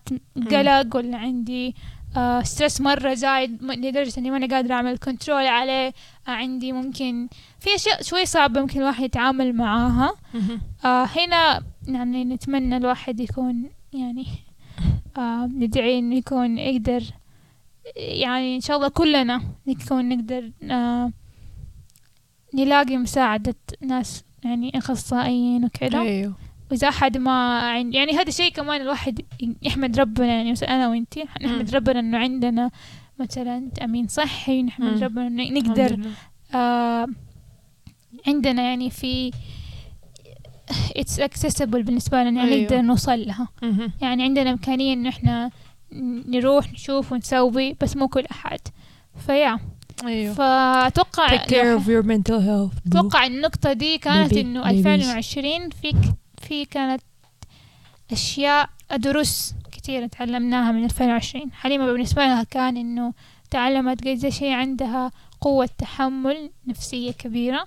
B: قلق ولا عندي آه، ستريس مرة زايد م- لدرجة اني ما انا قادرة اعمل كنترول عليه آه، عندي ممكن في اشياء شوي صعبة ممكن الواحد يتعامل معاها
A: مهم.
B: آه هنا يعني نتمنى الواحد يكون يعني آه ندعي انه يكون يقدر يعني ان شاء الله كلنا نكون نقدر آه نلاقي مساعدة ناس يعني اخصائيين وكذا
A: ايوه
B: واذا احد ما عن- يعني هذا شيء كمان الواحد يحمد ربنا يعني مثلا انا وانتي نحمد
A: مم.
B: ربنا انه عندنا مثلا تأمين صحي نحمد
A: مم.
B: ربنا انه
A: الحمد
B: نقدر
A: لله.
B: آه عندنا يعني في اتس accessible بالنسبة لنا يعني
A: أيوه.
B: نقدر نوصل لها
A: مهم.
B: يعني عندنا إمكانية إنه إحنا نروح نشوف ونسوي بس مو كل أحد فيا أيوة.
A: ايوه
B: فأتوقع
A: take care of your mental health boo.
B: آه، أتوقع النقطة دي كانت
A: Baby-
B: إنه
A: babies.
B: 2020 في ك- في كانت أشياء دروس كتيرة تعلمناها من 2020 حليمة بالنسبة لها كان إنه تعلمت قد إيش هي عندها قوة تحمل نفسية كبيرة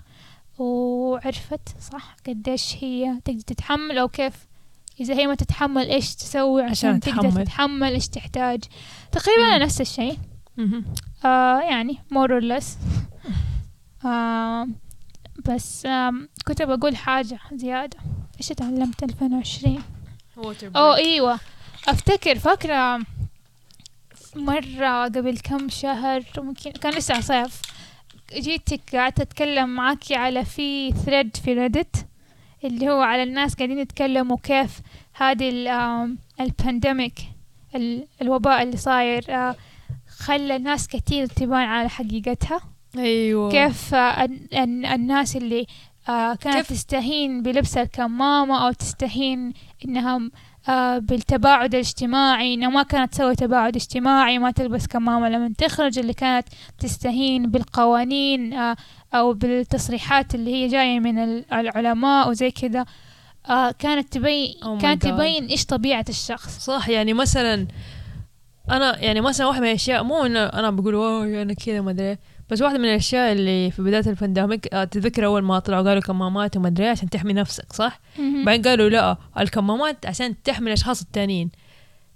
B: وعرفت صح قديش هي تقدر تتحمل أو كيف إذا هي ما تتحمل إيش تسوي عشان,
A: عشان
B: تقدر
A: تتحمل.
B: تتحمل إيش تحتاج تقريبا نفس الشيء
A: مهم.
B: آه يعني more or less آه بس آم كنت بقول حاجة زيادة ايش تعلمت 2020 اوه ايوه افتكر فاكرة مرة قبل كم شهر ممكن كان لسه صيف جيتك قعدت اتكلم معاكي على في ثريد في ريدت اللي هو على الناس قاعدين يتكلموا كيف هذه ال- آم، البانديميك ال- الوباء اللي صاير آه، خلى الناس كتير تبان على حقيقتها
A: ايوه
B: كيف آه، ال- ال- الناس اللي آه، كانت
A: كيف-
B: كيف؟ تستهين بلبس الكمامة أو تستهين إنها آه، بالتباعد الاجتماعي إنها ما كانت تسوي تباعد اجتماعي ما تلبس كمامة لما تخرج اللي كانت تستهين بالقوانين آه، أو بالتصريحات اللي هي جاية من ال- العلماء وزي كذا آه، كانت تبين
A: Oh my
B: كانت
A: God.
B: تبين إيش طبيعة الشخص
A: صح يعني مثلا انا يعني مثلا واحده من الاشياء مو انه انا بقول اوه انا كذا ما ادري إيه، بس واحده من الاشياء اللي في بدايه البانديميك آه، تتذكر اول ما طلعوا قالوا كمامات وما ادري إيه عشان تحمي نفسك صح؟ بعدين قالوا لا الكمامات عشان تحمي الاشخاص التانيين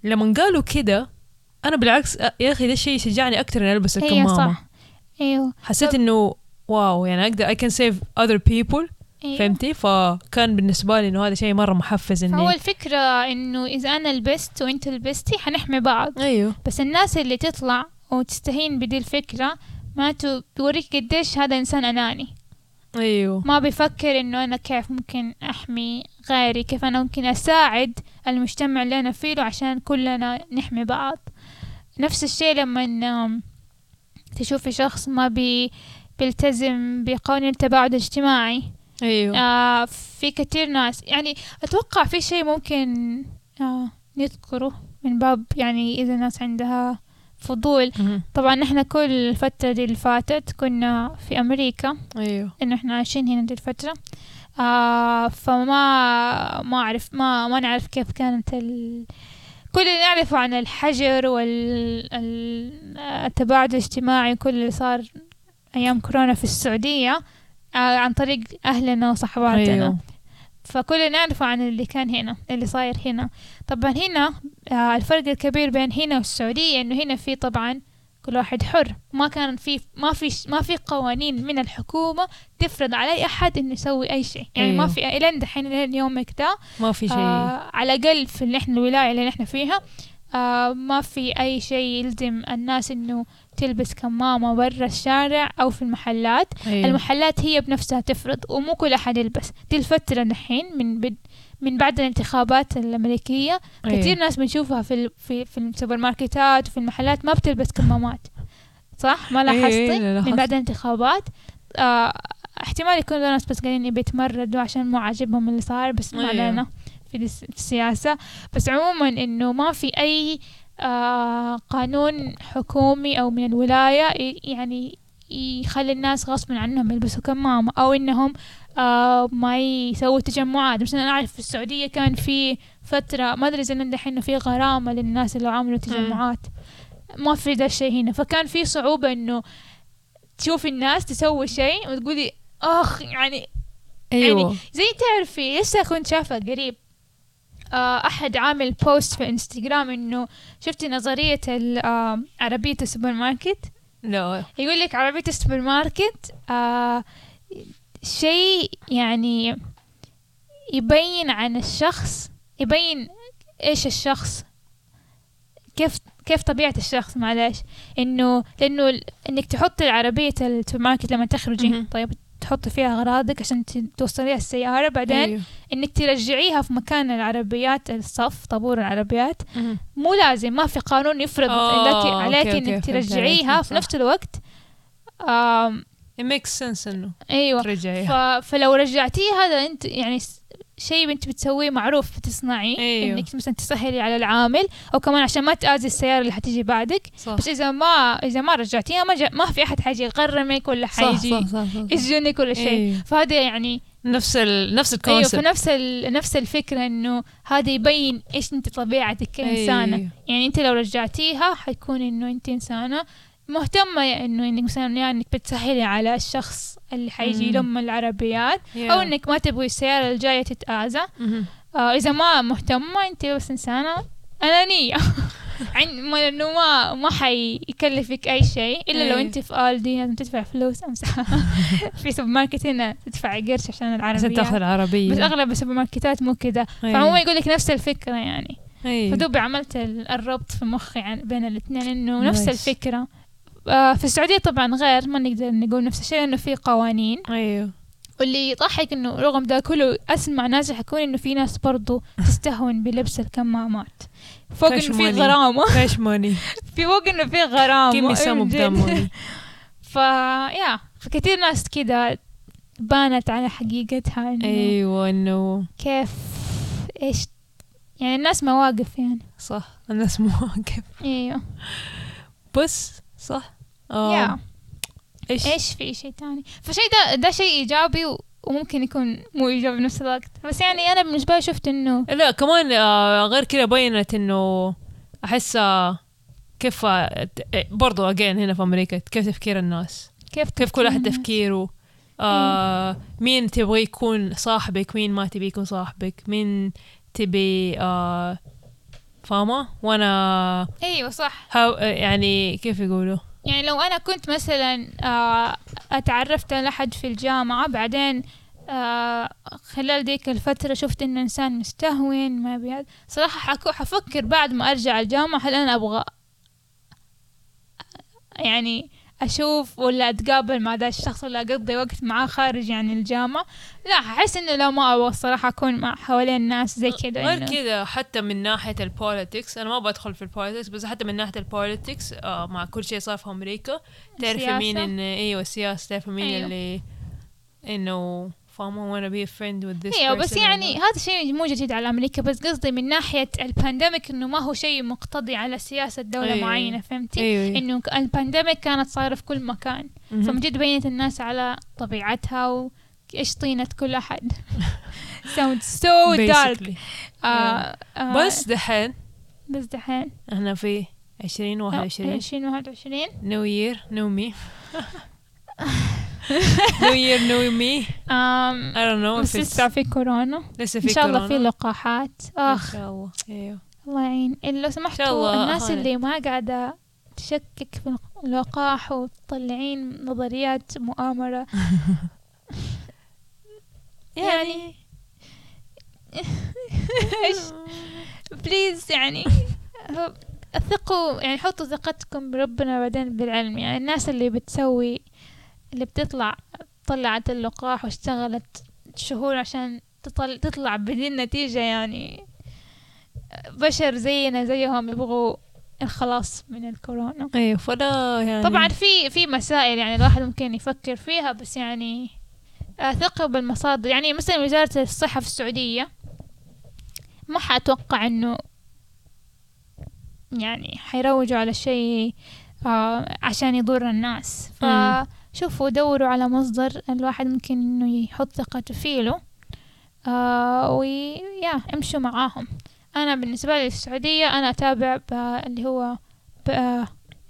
A: لما قالوا كده انا بالعكس آه، يا اخي ده الشيء شجعني اكثر اني البس
B: هي
A: الكمامه
B: صح ايوه
A: حسيت
B: طب-
A: انه واو يعني اقدر I can save other people
B: أيوه.
A: فهمتي فكان بالنسبه لي انه هذا شيء مره محفز
B: فهو
A: اني
B: الفكرة انه اذا انا لبست وانت لبستي حنحمي بعض
A: ايوه
B: بس الناس اللي تطلع وتستهين بدي الفكرة ما تو- توريك قديش هذا انسان اناني
A: ايوه
B: ما بيفكر انه انا كيف ممكن احمي غيري كيف انا ممكن اساعد المجتمع اللي انا فيه عشان كلنا نحمي بعض نفس الشيء لما إن- تشوفي شخص ما بي بيلتزم بقوانين التباعد الاجتماعي
A: ايوه
B: آه في كتير ناس يعني أتوقع في شيء ممكن آه نذكره من باب يعني إذا الناس عندها فضول
A: مهم.
B: طبعا نحن كل الفترة دي اللي فاتت كنا في أمريكا
A: ايوه
B: إنه إحنا عايشين هنا دي الفترة آه فما ما أعرف ما ما نعرف كيف كانت ال كل اللي نعرفه عن الحجر والتباعد الاجتماعي كل اللي صار أيام كورونا في السعودية آه عن طريق أهلنا وصحباتنا
A: ايوه
B: فكلنا نعرف عن اللي كان هنا اللي صاير هنا طبعا هنا آه، الفرق الكبير بين هنا والسعودية انه هنا في طبعا كل واحد حر ما كان في ما في ما في قوانين من الحكومة تفرض على اي احد انه يسوي اي شيء يعني ما
A: أيوه.
B: في الين دحين الين يومك ده
A: ما في شيء
B: آه على الاقل في اللي احنا الولاية اللي احنا فيها آه ما في اي شيء يلزم الناس انه تلبس كمامة برا الشارع او في المحلات
A: أيوه.
B: المحلات هي بنفسها تفرض ومو كل أحد يلبس دي الفترة الحين من بد من بعد الانتخابات الأمريكية
A: أيوه.
B: كثير ناس بنشوفها في ال- في في السوبر ماركتات وفي المحلات ما بتلبس كمامات صح ما
A: أيوه،
B: لاحظتي
A: أيوه، لاحظت.
B: من بعد الانتخابات آه احتمال يكون ناس بس قاعدين بيتمردوا عشان مو عاجبهم اللي صار بس ما
A: أيوه.
B: علينا في الس- في السياسة بس عموما إنه ما في أي آه قانون حكومي أو من الولاية ي- يعني يخلي الناس غصبا عنهم يلبسوا كمامة أو إنهم آه ما يسووا تجمعات مثلا أنا أعرف في السعودية كان في فترة ما أدري إذا دحين إنه في غرامة للناس اللي عملوا تجمعات ما في ده الشيء هنا فكان في صعوبة إنه تشوفي الناس تسوي شيء وتقولي آخ يعني
A: ايوه
B: يعني زي تعرفي لسه كنت شافة قريب آه، أحد عامل بوست في انستغرام إنه شفتي نظرية ال- آه، عربية السوبر ماركت
A: لا
B: يقول لك عربية السوبر ماركت آه، شيء يعني يبين عن الشخص يبين ايش الشخص كيف كيف طبيعة الشخص معلش انه لانه ال- انك تحطي عربية السوبر ماركت لما تخرجي
A: مهم.
B: طيب تحطي فيها اغراضك عشان ت- توصليها السيارة بعدين
A: أيوه.
B: انك ترجعيها في مكان العربيات الصف طابور العربيات
A: مهم.
B: مو لازم ما في قانون يفرض
A: آه،
B: لك
A: أوكي،
B: عليك
A: أوكي،
B: انك
A: فهمت عليك،
B: ترجعيها في
A: صح.
B: نفس الوقت آم
A: it makes sense انه
B: ايوه
A: ترجعي
B: ف... فلو رجعتيه هذا انت يعني س- شيء انت بتسويه معروف بتصنعيه
A: أيوه.
B: انك مثلا تسهلي على العامل او كمان عشان ما تاذي السياره اللي حتيجي بعدك
A: صح
B: بس اذا ما اذا ما رجعتيها ما, جا... ما في احد حيجي يغرمك ولا
A: صح
B: حيجي
A: صح صح, صح, صح.
B: يسجنك ولا شيء
A: أيوه.
B: فهذا يعني
A: نفس ال... نفس
B: ايوه
A: الكونسبت
B: فنفس ال... نفس الفكره انه هذا يبين ايش انت طبيعتك كانسانه
A: أيوه.
B: يعني انت لو رجعتيها حيكون انه انت انسانه مهتمه انه انك مثلا يعني انك بتسهلي على الشخص اللي حيجي
A: مم.
B: يلم العربيات او
A: Yeah.
B: انك ما تبغي السياره الجايه تتاذى
A: مهم.
B: آه اذا ما مهتمه انت بس انسانه انانيه عن ما- لانه ما ما حيكلفك اي شيء الا لو
A: إيه.
B: انت في الدي لازم تدفع فلوس امسح في سوبر ماركت هنا تدفع قرش عشان
A: عشان تاخذ
B: العربيه
A: العربيه
B: بس اغلب السوبر ماركتات مو كذا فعموما يقول لك نفس الفكره يعني
A: ايوه
B: فدوب عملت ال- الربط في مخي عن بين الاثنين انه نفس
A: Nice.
B: الفكره آه، في السعودية طبعا غير ما نقدر نقول نفس الشيء لأنه في قوانين
A: ايوه
B: واللي يضحك إنه رغم ده كله أسمع ناس يحكون إنه في ناس برضو تستهون بلبس الكمامات فوق إنه في
A: كشمالي.
B: غرامة
A: كاش ماني
B: في فوق إنه في
A: give
B: غرامة
A: me some of that
B: جد.
A: money
B: ف يا فكتير ناس كده بانت على حقيقتها إنه
A: ايوه انه
B: كيف إيش يعني الناس مواقف يعني
A: صح الناس مواقف
B: ايوه
A: بس صح
B: يا
A: آه. ايش
B: ايش في شيء تاني فشيء ده ده شيء ايجابي و- وممكن يكون مو ايجابي بنفس الوقت بس يعني انا بالنسبه لي شفت انه
A: لا كمان آه غير كذا بينت انه احس آه كيف ت- آه، برضو اجين هنا في امريكا كيف تفكير الناس
B: كيف
A: كيف كل واحد
B: تفكيرنا؟
A: تفكيره آه مين تبغى يكون صاحبك مين ما تبي يكون صاحبك مين تبي آه فاهمة وانا
B: ايوه صح
A: هاو يعني كيف يقولوا
B: يعني لو انا كنت مثلا آه، اتعرفت على احد في الجامعه بعدين آه، خلال ذيك الفترة شفت انه انسان مستهون ما بياد صراحة حكو حفكر بعد ما ارجع الجامعة هل انا ابغى يعني اشوف ولا اتقابل مع ذا الشخص ولا اقضي وقت معاه خارج يعني الجامعة لا احس انه لو ما ابغى الصراحة اكون مع حوالين ناس زي كذا
A: غير
B: إنه-
A: كذا حتى من ناحية البوليتكس أنا ما بدخل في البوليتكس بس حتى من ناحية البوليتكس آه مع كل شيء صار في أمريكا تعرفي
B: السياسة.
A: مين إن أيوة السياسة تعرفي مين
B: أيوة.
A: اللي إنه فاهمة wanna be a friend with this
B: ايوه بس
A: person or
B: يعني
A: not.
B: هذا شيء مو جديد على امريكا بس قصدي من ناحيه البانديميك انه ما هو شيء مقتضي على سياسه دوله
A: أي.
B: أيه معينه فهمتي؟
A: أيوة.
B: انه ك- البانديميك كانت صايره في كل مكان
A: مهم.
B: فمن جد بينت الناس على طبيعتها وايش طينه كل احد ساوند سو دارك
A: Basically. إيه. بس دحين
B: آه، بس دحين آه،
A: احنا في 20 21
B: 20 21
A: نيو يير نيو مي نيو يير نيو مي
B: آم،
A: I don't know
B: بس
A: if
B: لسه
A: it's
B: في كورونا
A: لسه في
B: ان شاء الله في
A: كورونا.
B: لقاحات
A: ان
B: اخ
A: شاء الله ايوه
B: الله يعين إن لو
A: شاء
B: سمحتوا
A: الله
B: الناس
A: أهانت.
B: اللي ما قاعدة تشكك في اللقاح وتطلعين نظريات مؤامرة يعني ايش
A: آه.
B: بليز يعني ثقوا يعني حطوا ثقتكم بربنا بعدين بالعلم يعني الناس اللي بتسوي اللي بتطلع طلعت اللقاح واشتغلت شهور عشان تطل تطلع بدون نتيجة يعني بشر زينا زيهم يبغوا الخلاص من الكورونا
A: ايوه فلا يعني
B: طبعا في في مسائل يعني الواحد ممكن يفكر فيها بس يعني آه، ثقة بالمصادر يعني مثلا وزارة الصحة في السعودية ما حأتوقع إنه يعني حيروجوا على شيء آه، عشان يضر الناس
A: مم.
B: فشوفوا دوروا على مصدر الواحد ممكن إنه يحط ثقته فيه له آه ويا امشوا معاهم أنا بالنسبة لي في السعودية أنا أتابع ب- اللي هو ب-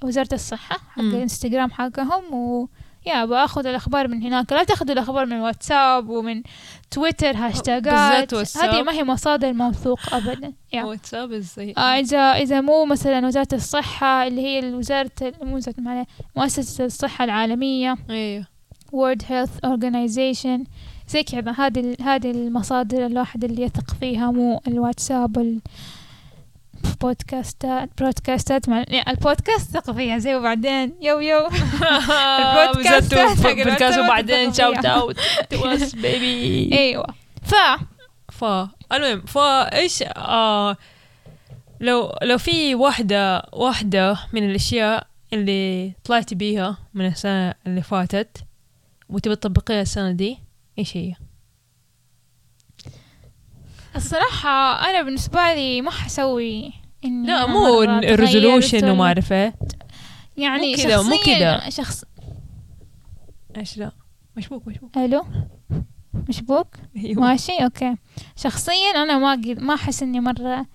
B: وزارة الصحة حق
A: مم.
B: الانستغرام حقهم و يا باخذ الاخبار من هناك لا تاخذوا الاخبار من واتساب ومن تويتر هاشتاجات
A: بالذات واتساب.
B: هذه ما هي مصادر موثوق ابدا يا.
A: واتساب ازاي
B: آه، اذا اذا مو مثلا وزارة الصحة اللي هي الوزارة مو وزارة معليش، مؤسسة الصحة العالمية
A: ايوه
B: World Health Organization زي كذا هذه ال- هذه المصادر الواحد اللي يثق فيها مو الواتساب وال بودكاستات برودكاستات مع... يعني البودكاست ثق فيها زي وبعدين يو يو البودكاست
A: بالذات
B: حق
A: البودكاست
B: الواتساب
A: وبعدين
B: الثقافية.
A: شاوت اوت تو اس بيبي
B: ايوه ف
A: فا المهم فا ايش آه لو لو في واحدة واحدة من الأشياء اللي طلعتي بيها من السنة اللي فاتت وتبي تطبقيها السنة دي ايش هي؟
B: الصراحة أنا بالنسبة لي ما حسوي إني
A: لا
B: أنا
A: مو
B: مرة تغيرت
A: الريزولوشن وما
B: ولا-
A: أعرفه مو
B: يعني
A: كده، مو
B: شخصياً-
A: كده.
B: شخص
A: ايش لا مشبوك مشبوك
B: ألو مشبوك
A: ايوه
B: ماشي أوكي شخصيا أنا ما قد ما أحس إني مرة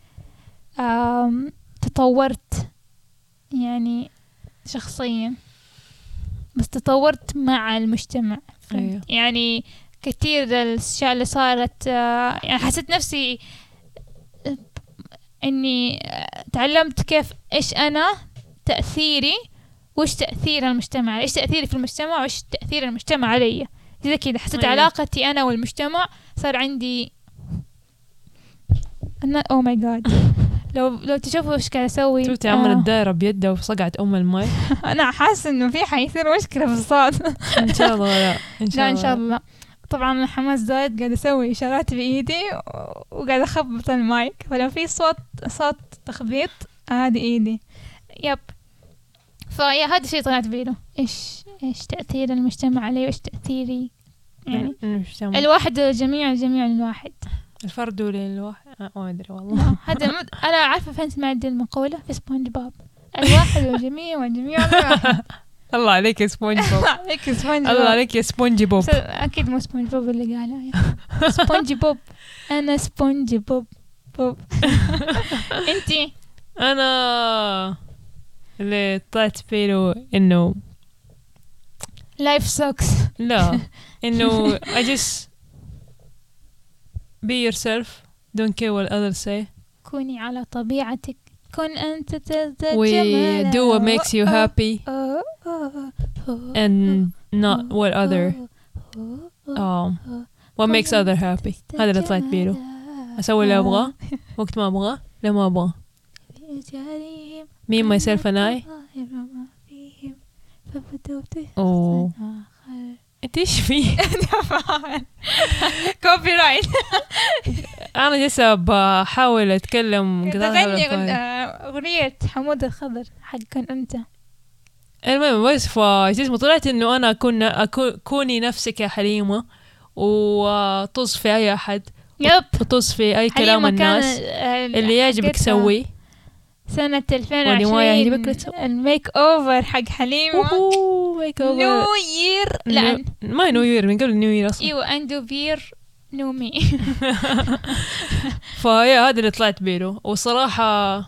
B: آم، تطورت يعني شخصيا بس تطورت مع المجتمع فهمت؟
A: أيوه.
B: يعني كثير الأشياء اللي صارت آه، يعني حسيت نفسي آه، إني آه، تعلمت كيف إيش أنا تأثيري وإيش تأثير المجتمع إيش تأثيري في المجتمع وإيش تأثير المجتمع علي زي كذا حسيت
A: أيوه.
B: علاقتي أنا والمجتمع صار عندي أنا أو ماي جاد لو لو تشوفوا إيش قاعد أسوي
A: شفت عمر
B: آه.
A: الدايرة بيده وصقعت أم الماي
B: انا حاسه انه في حيصير مشكله في الصوت
A: ان شاء الله لا ان شاء الله
B: لا ان شاء الله طبعا الحماس زايد قاعد اسوي اشارات بايدي وقاعد اخبط المايك فلو في صوت صوت تخبيط هذه ايدي يب فيا هذا الشيء طلعت بينه ايش ايش تاثير المجتمع علي وايش تاثيري يعني
A: يعني
B: الواحد الجميع الجميع الواحد
A: الفرد ولا الواحد آه، ما ادري والله
B: لا، هذا المد... انا عارفه فين سمعت دي المقوله في سبونج باب الواحد والجميع والجميع الواحد
A: الله عليك يا سبونج بوب
B: هيك سبونج باب
A: الله عليك يا سبونج بوب
B: بس اكيد مو سبونج بوب اللي قالها يا. سبونج بوب انا سبونج بوب بوب انتي
A: انا اللي طلعت فيه انه
B: لايف سوكس
A: لا انه I just be yourself don't care what others say
B: كوني على طبيعتك كن أنت
A: we
B: تتجمل
A: do what makes you happy
B: أوه، أوه، أوه،
A: and not what other
B: أوه، أوه،
A: um, what makes other happy
B: Oh,
A: هذا اللي طلعت بيه اسوي اللي ابغاه وقت ما ابغاه لما ابغاه
B: بجاريهم
A: me myself and I
B: الظاهر ما فيهم فبدوا
A: أوه. انت ايش في
B: كوبي رايت
A: انا جالسه بحاول اتكلم قطعت على
B: تغني آه،
A: الفاضي.
B: أغنية حمود الخضر حق كن أنت
A: المهم بس فا شو اسمه طلعت انه انا اكون أكو- كوني نفسك يا حليمه وتصفي اي احد
B: يب
A: وتصفي اي كلام
B: حليمة كان،
A: الناس
B: آه،
A: اللي يعجبك
B: حقتها
A: سويه
B: سنة
A: واللي ما يعجبك لا
B: 2020
A: تسوي.
B: الميك اوفر حق حليمة
A: اوه ماي
B: نو
A: جاد
B: يير لا أن-
A: ما نيو يير من قبل نيو يير اصلا
B: ايوه اندو بير نو مي
A: فيا هذا اللي طلعت بينه وصراحه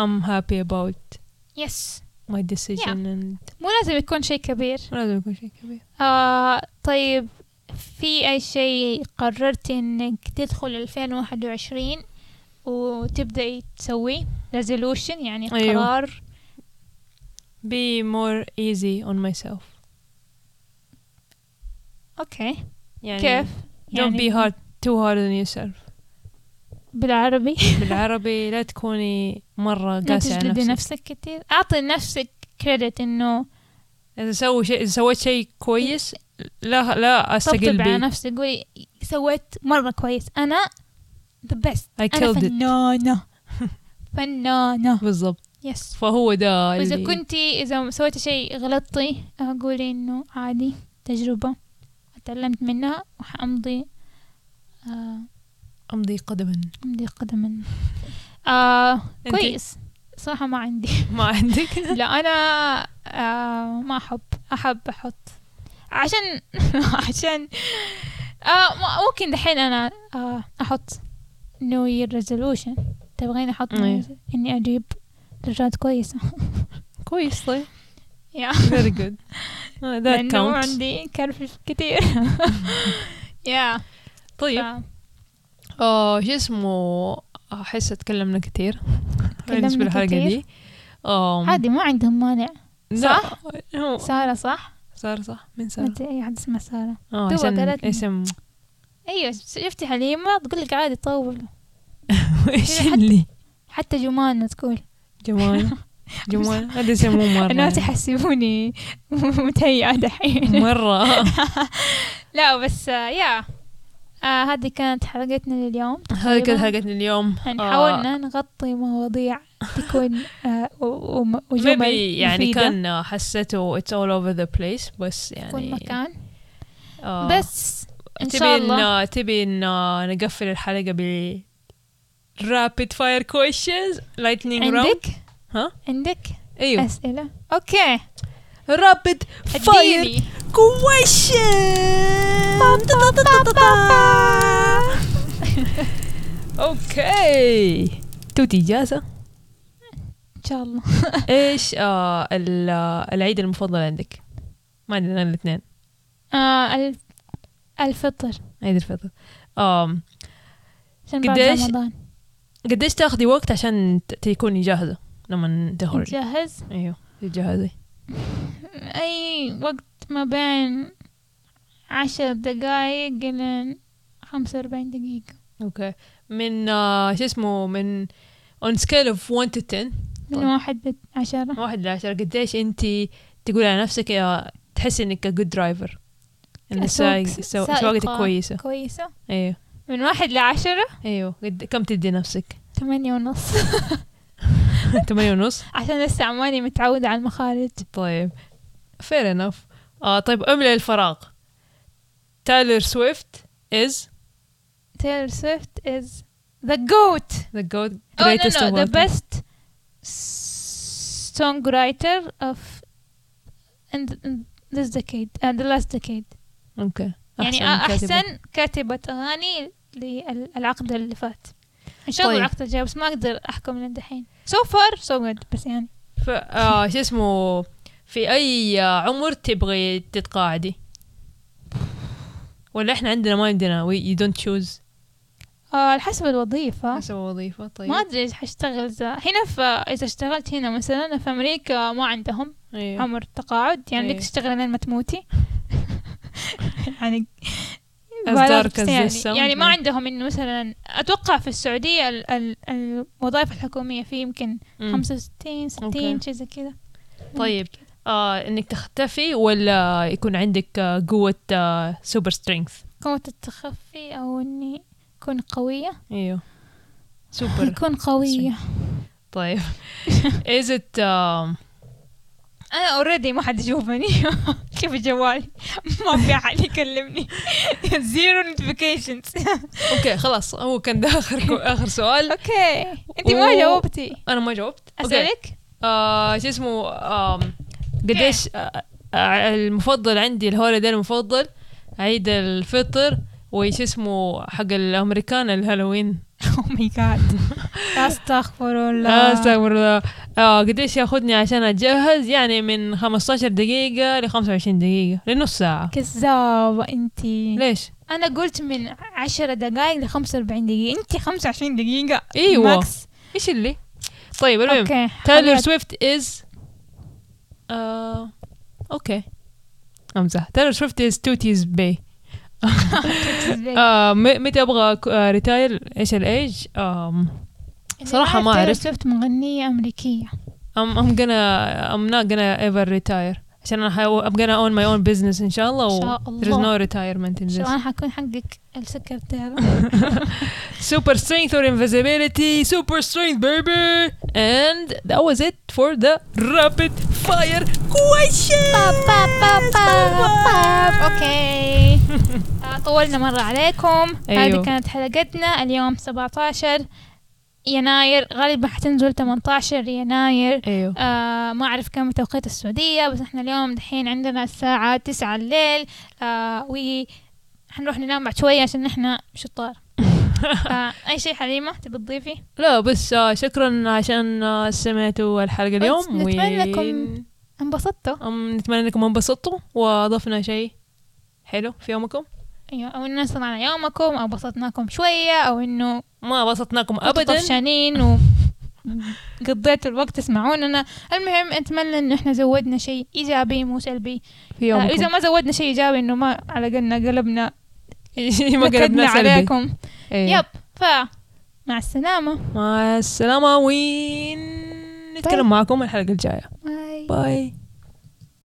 A: I'm happy about
B: يس
A: my decision and
B: مو لازم يكون شيء كبير
A: ما لازم يكون شيء كبير
B: آه طيب في أي شيء قررتي إنك تدخل 2021 وتبدأي تسويه resolution يعني
A: أيوه.
B: قرار
A: be more easy on myself
B: أوكي
A: يعني
B: كيف؟
A: don't
B: إيه؟
A: be hard too hard on yourself
B: بالعربي
A: بالعربي لا تكوني مرة
B: لا
A: قاسية على
B: تجلدي
A: نفسك
B: نفسك كتير أعطي نفسك كريدت إنه
A: إذا سوي شيء إذا سويت شيء كويس لا لا أستقل
B: طبطب على
A: بيه
B: نفسك قولي سويت مرة كويس أنا the best
A: I
B: أنا
A: killed it
B: فنانة فنانة
A: بالضبط
B: يس
A: فهو ده
B: وإذا
A: اللي-
B: كنتي إذا سويتي شيء غلطتي قولي إنه عادي تجربة تعلمت منها وحأمضي آه،
A: أمضي قدما
B: أمضي قدما آه
A: أنتي؟
B: كويس صراحة ما عندي
A: ما عندك
B: لا أنا آه ما أحب أحب أحط عشان عشان آه ما- ممكن دحين أنا آه أحط نيو يير ريزولوشن تبغين أحط
A: أيوة.
B: إني أجيب درجات كويسة
A: كويس طيب
B: يا
A: very good آه، that
B: لأنه
A: counts
B: عندي كرف كتير يا
A: طيب
B: ف-
A: آه شو اسمه أحس تكلمنا كثير بالنسبة
B: تكلمنا
A: للحلقة
B: كتير.
A: دي آم،
B: عادي ما عندهم مانع
A: لا،
B: صح؟
A: هو-
B: سارة صح؟
A: صار صح من
B: ما
A: صار
B: أدري أي حد اسمها سارة
A: آه
B: دوبك
A: عشان
B: قالتني.
A: اسم
B: أيوة شفتي حليمة تقول لك عادي طولوا
A: ايش
B: حتى-
A: اللي
B: حتى جمانة تقول
A: جمال جمال هذا يسموه مرة
B: أنا
A: يعني.
B: تحسبوني متهيئة دحين
A: مرة
B: لا بس آه، يا آه هذه كانت حلقتنا لليوم
A: هذه كانت
B: تقريباً.
A: حلقتنا اليوم آه،
B: هنحاول إننا نغطي مواضيع تكون آه و- و- وجمل
A: ميبي يعني
B: مفيدة.
A: كان حسيته it's all over the place بس
B: كل
A: يعني
B: مكان
A: آه
B: بس إن
A: تبي
B: شاء الله
A: إن تبي إن نقفل الحلقة ب rapid fire questions lightning round
B: عندك
A: ها
B: عندك
A: ايوه
B: أسئلة أوكي
A: rapid fire
B: اديني
A: questions اوكي توتي جاهزة
B: إن شاء الله
A: ايش آه ال- آه، العيد المفضل عندك؟ ما عندنا الاثنين
B: آه الف... الفطر
A: عيد الفطر آم،
B: عشان بعد
A: قديش
B: رمضان
A: قديش تاخذي وقت عشان ت- تكوني جاهزة لما تخرجي؟
B: جاهز
A: ايوه تجهزي
B: أي وقت ما بين عشر دقايق إلى خمسة وأربعين دقيقة
A: اوكي من آه، شو اسمه من on scale of 1 to 10
B: من
A: طيب.
B: واحد لعشرة
A: واحد لعشرة قديش انت تقولي على نفسك يا تحسي انك جود درايفر؟ ان
B: كسوق-
A: سايق- سو-
B: سائقة
A: سواقتك كويسة
B: كويسة
A: ايوه
B: من واحد لعشرة
A: ايوه قد كم تدي نفسك؟
B: ثمانية ونص
A: ثمانية ونص؟
B: عشان لسه عماني متعودة على المخارج
A: طيب فير انف آه طيب املى الفراغ تايلر سويفت از
B: تايلر سويفت is the goat
A: ذا جود
B: Oh, no, no, the best songwriter of in, th- in this decade and the last decade
A: اوكي
B: يعني
A: كاتبة.
B: أحسن كاتبة أغاني للعقد اللي فات إن شاء الله
A: طيب.
B: العقد الجاي بس ما أقدر أحكم من دحين so far so good بس يعني
A: ف... آه شو اسمه في اي آه، عمر تبغي تتقاعدي ولا احنا عندنا ما عندنا وي يو دونت تشوز
B: آه، على حسب الوظيفة
A: حسب وظيفة طيب
B: ما أدري إيش حشتغل زا- هنا في إذا اشتغلت هنا مثلا في أمريكا ما عندهم
A: أيوه.
B: عمر تقاعد يعني لك
A: إيه.
B: تشتغلين لين ما تموتي يعني
A: As
B: بالغ
A: dark as
B: بس يعني-
A: this sounds,
B: يعني ما
A: yeah.
B: عندهم انه مثلا اتوقع في السعوديه ال- ال- الوظائف الحكوميه في يمكن
A: مم.
B: 65 60
A: أوكي.
B: شيء زي كذا
A: طيب آه انك تختفي ولا يكون عندك آه قوة آه سوبر سترينث
B: قوه التخفي او اني اكون قويه
A: ايوه سوبر
B: اكون قويه
A: طيب آه، از ات
B: انا اوريدي ما حد يشوفني كيف جوالي ما في احد يكلمني زيرو نوتيفيكيشنز
A: اوكي خلاص هو كان ده اخر اخر سؤال
B: اوكي انت ما
A: أوه.
B: جاوبتي
A: انا ما جاوبت اوكي
B: اسالك
A: آه شو اسمه آم، قديش آه آه، المفضل عندي الهوليدي المفضل عيد الفطر وش اسمه حق الامريكان الهالوين
B: او ماي جاد استغفر الله
A: لا استغفر الله آه قديش ياخذني عشان اتجهز يعني من 15 دقيقة ل 25 دقيقة لنص ساعة
B: كذابة انت
A: ليش؟
B: انا قلت من 10 دقائق ل 45 دقيقة انت 25 دقيقة
A: ايوه.
B: ماكس
A: ايش اللي؟ طيب المهم
B: اوكي
A: تايلر
B: حلوة.
A: سويفت از آه اوكي امزح تايلر سويفت از توتيز باي آه م- متى آه، ابغى ريتايل ايش الايج؟ آم
B: آه،
A: صراحة ما
B: تايلور
A: أعرف.
B: سويفت مغنية امريكية
A: ام ام gonna ام not gonna ever retire عشان انا حيو- I'm gonna own my own business ان شاء الله
B: إن
A: و
B: شاء
A: there is
B: الله.
A: no retirement in
B: شو
A: this
B: انا حكون حقك السكر بتاعها
A: super strength or invisibility super strength baby and that was it for the rapid fire question
B: با- با- با- با- با- اوكي آه، طولنا مرة عليكم
A: أيوه.
B: هذه كانت حلقتنا اليوم 17 يناير غالبا حتنزل 18 يناير
A: ايوه
B: آه ما أعرف كم توقيت السعودية بس احنا اليوم دحين عندنا الساعة 9 الليل آه و حنروح ننام بعد شوية عشان احنا شطار آه أي شيء حليمة تبي تضيفي؟
A: لا بس آه، شكرا عشان آه، سمعتوا الحلقه اليوم
B: بس نتمنى لكم- انبسطتوا؟
A: أم- نتمنى انكم انبسطتوا واضفنا شيء حلو في يومكم
B: أيوه أو إنه صنعنا يومكم أو بسطناكم شوية أو إنه
A: ما بسطناكم
B: كنتوا
A: ابدا
B: طفشانين و قضيتوا الوقت تسمعوننا المهم اتمنى انه احنا زودنا شيء ايجابي مو سلبي
A: في
B: آه، اذا
A: يومكم
B: ما زودنا شيء ايجابي انه ما على قلنا قلبنا
A: ما
B: نكدنا
A: قلبنا سلبي
B: عليكم
A: أيوه.
B: يب ف مع السلامه
A: مع السلامه وين
B: باي.
A: نتكلم معكم الحلقه الجايه
B: باي
A: باي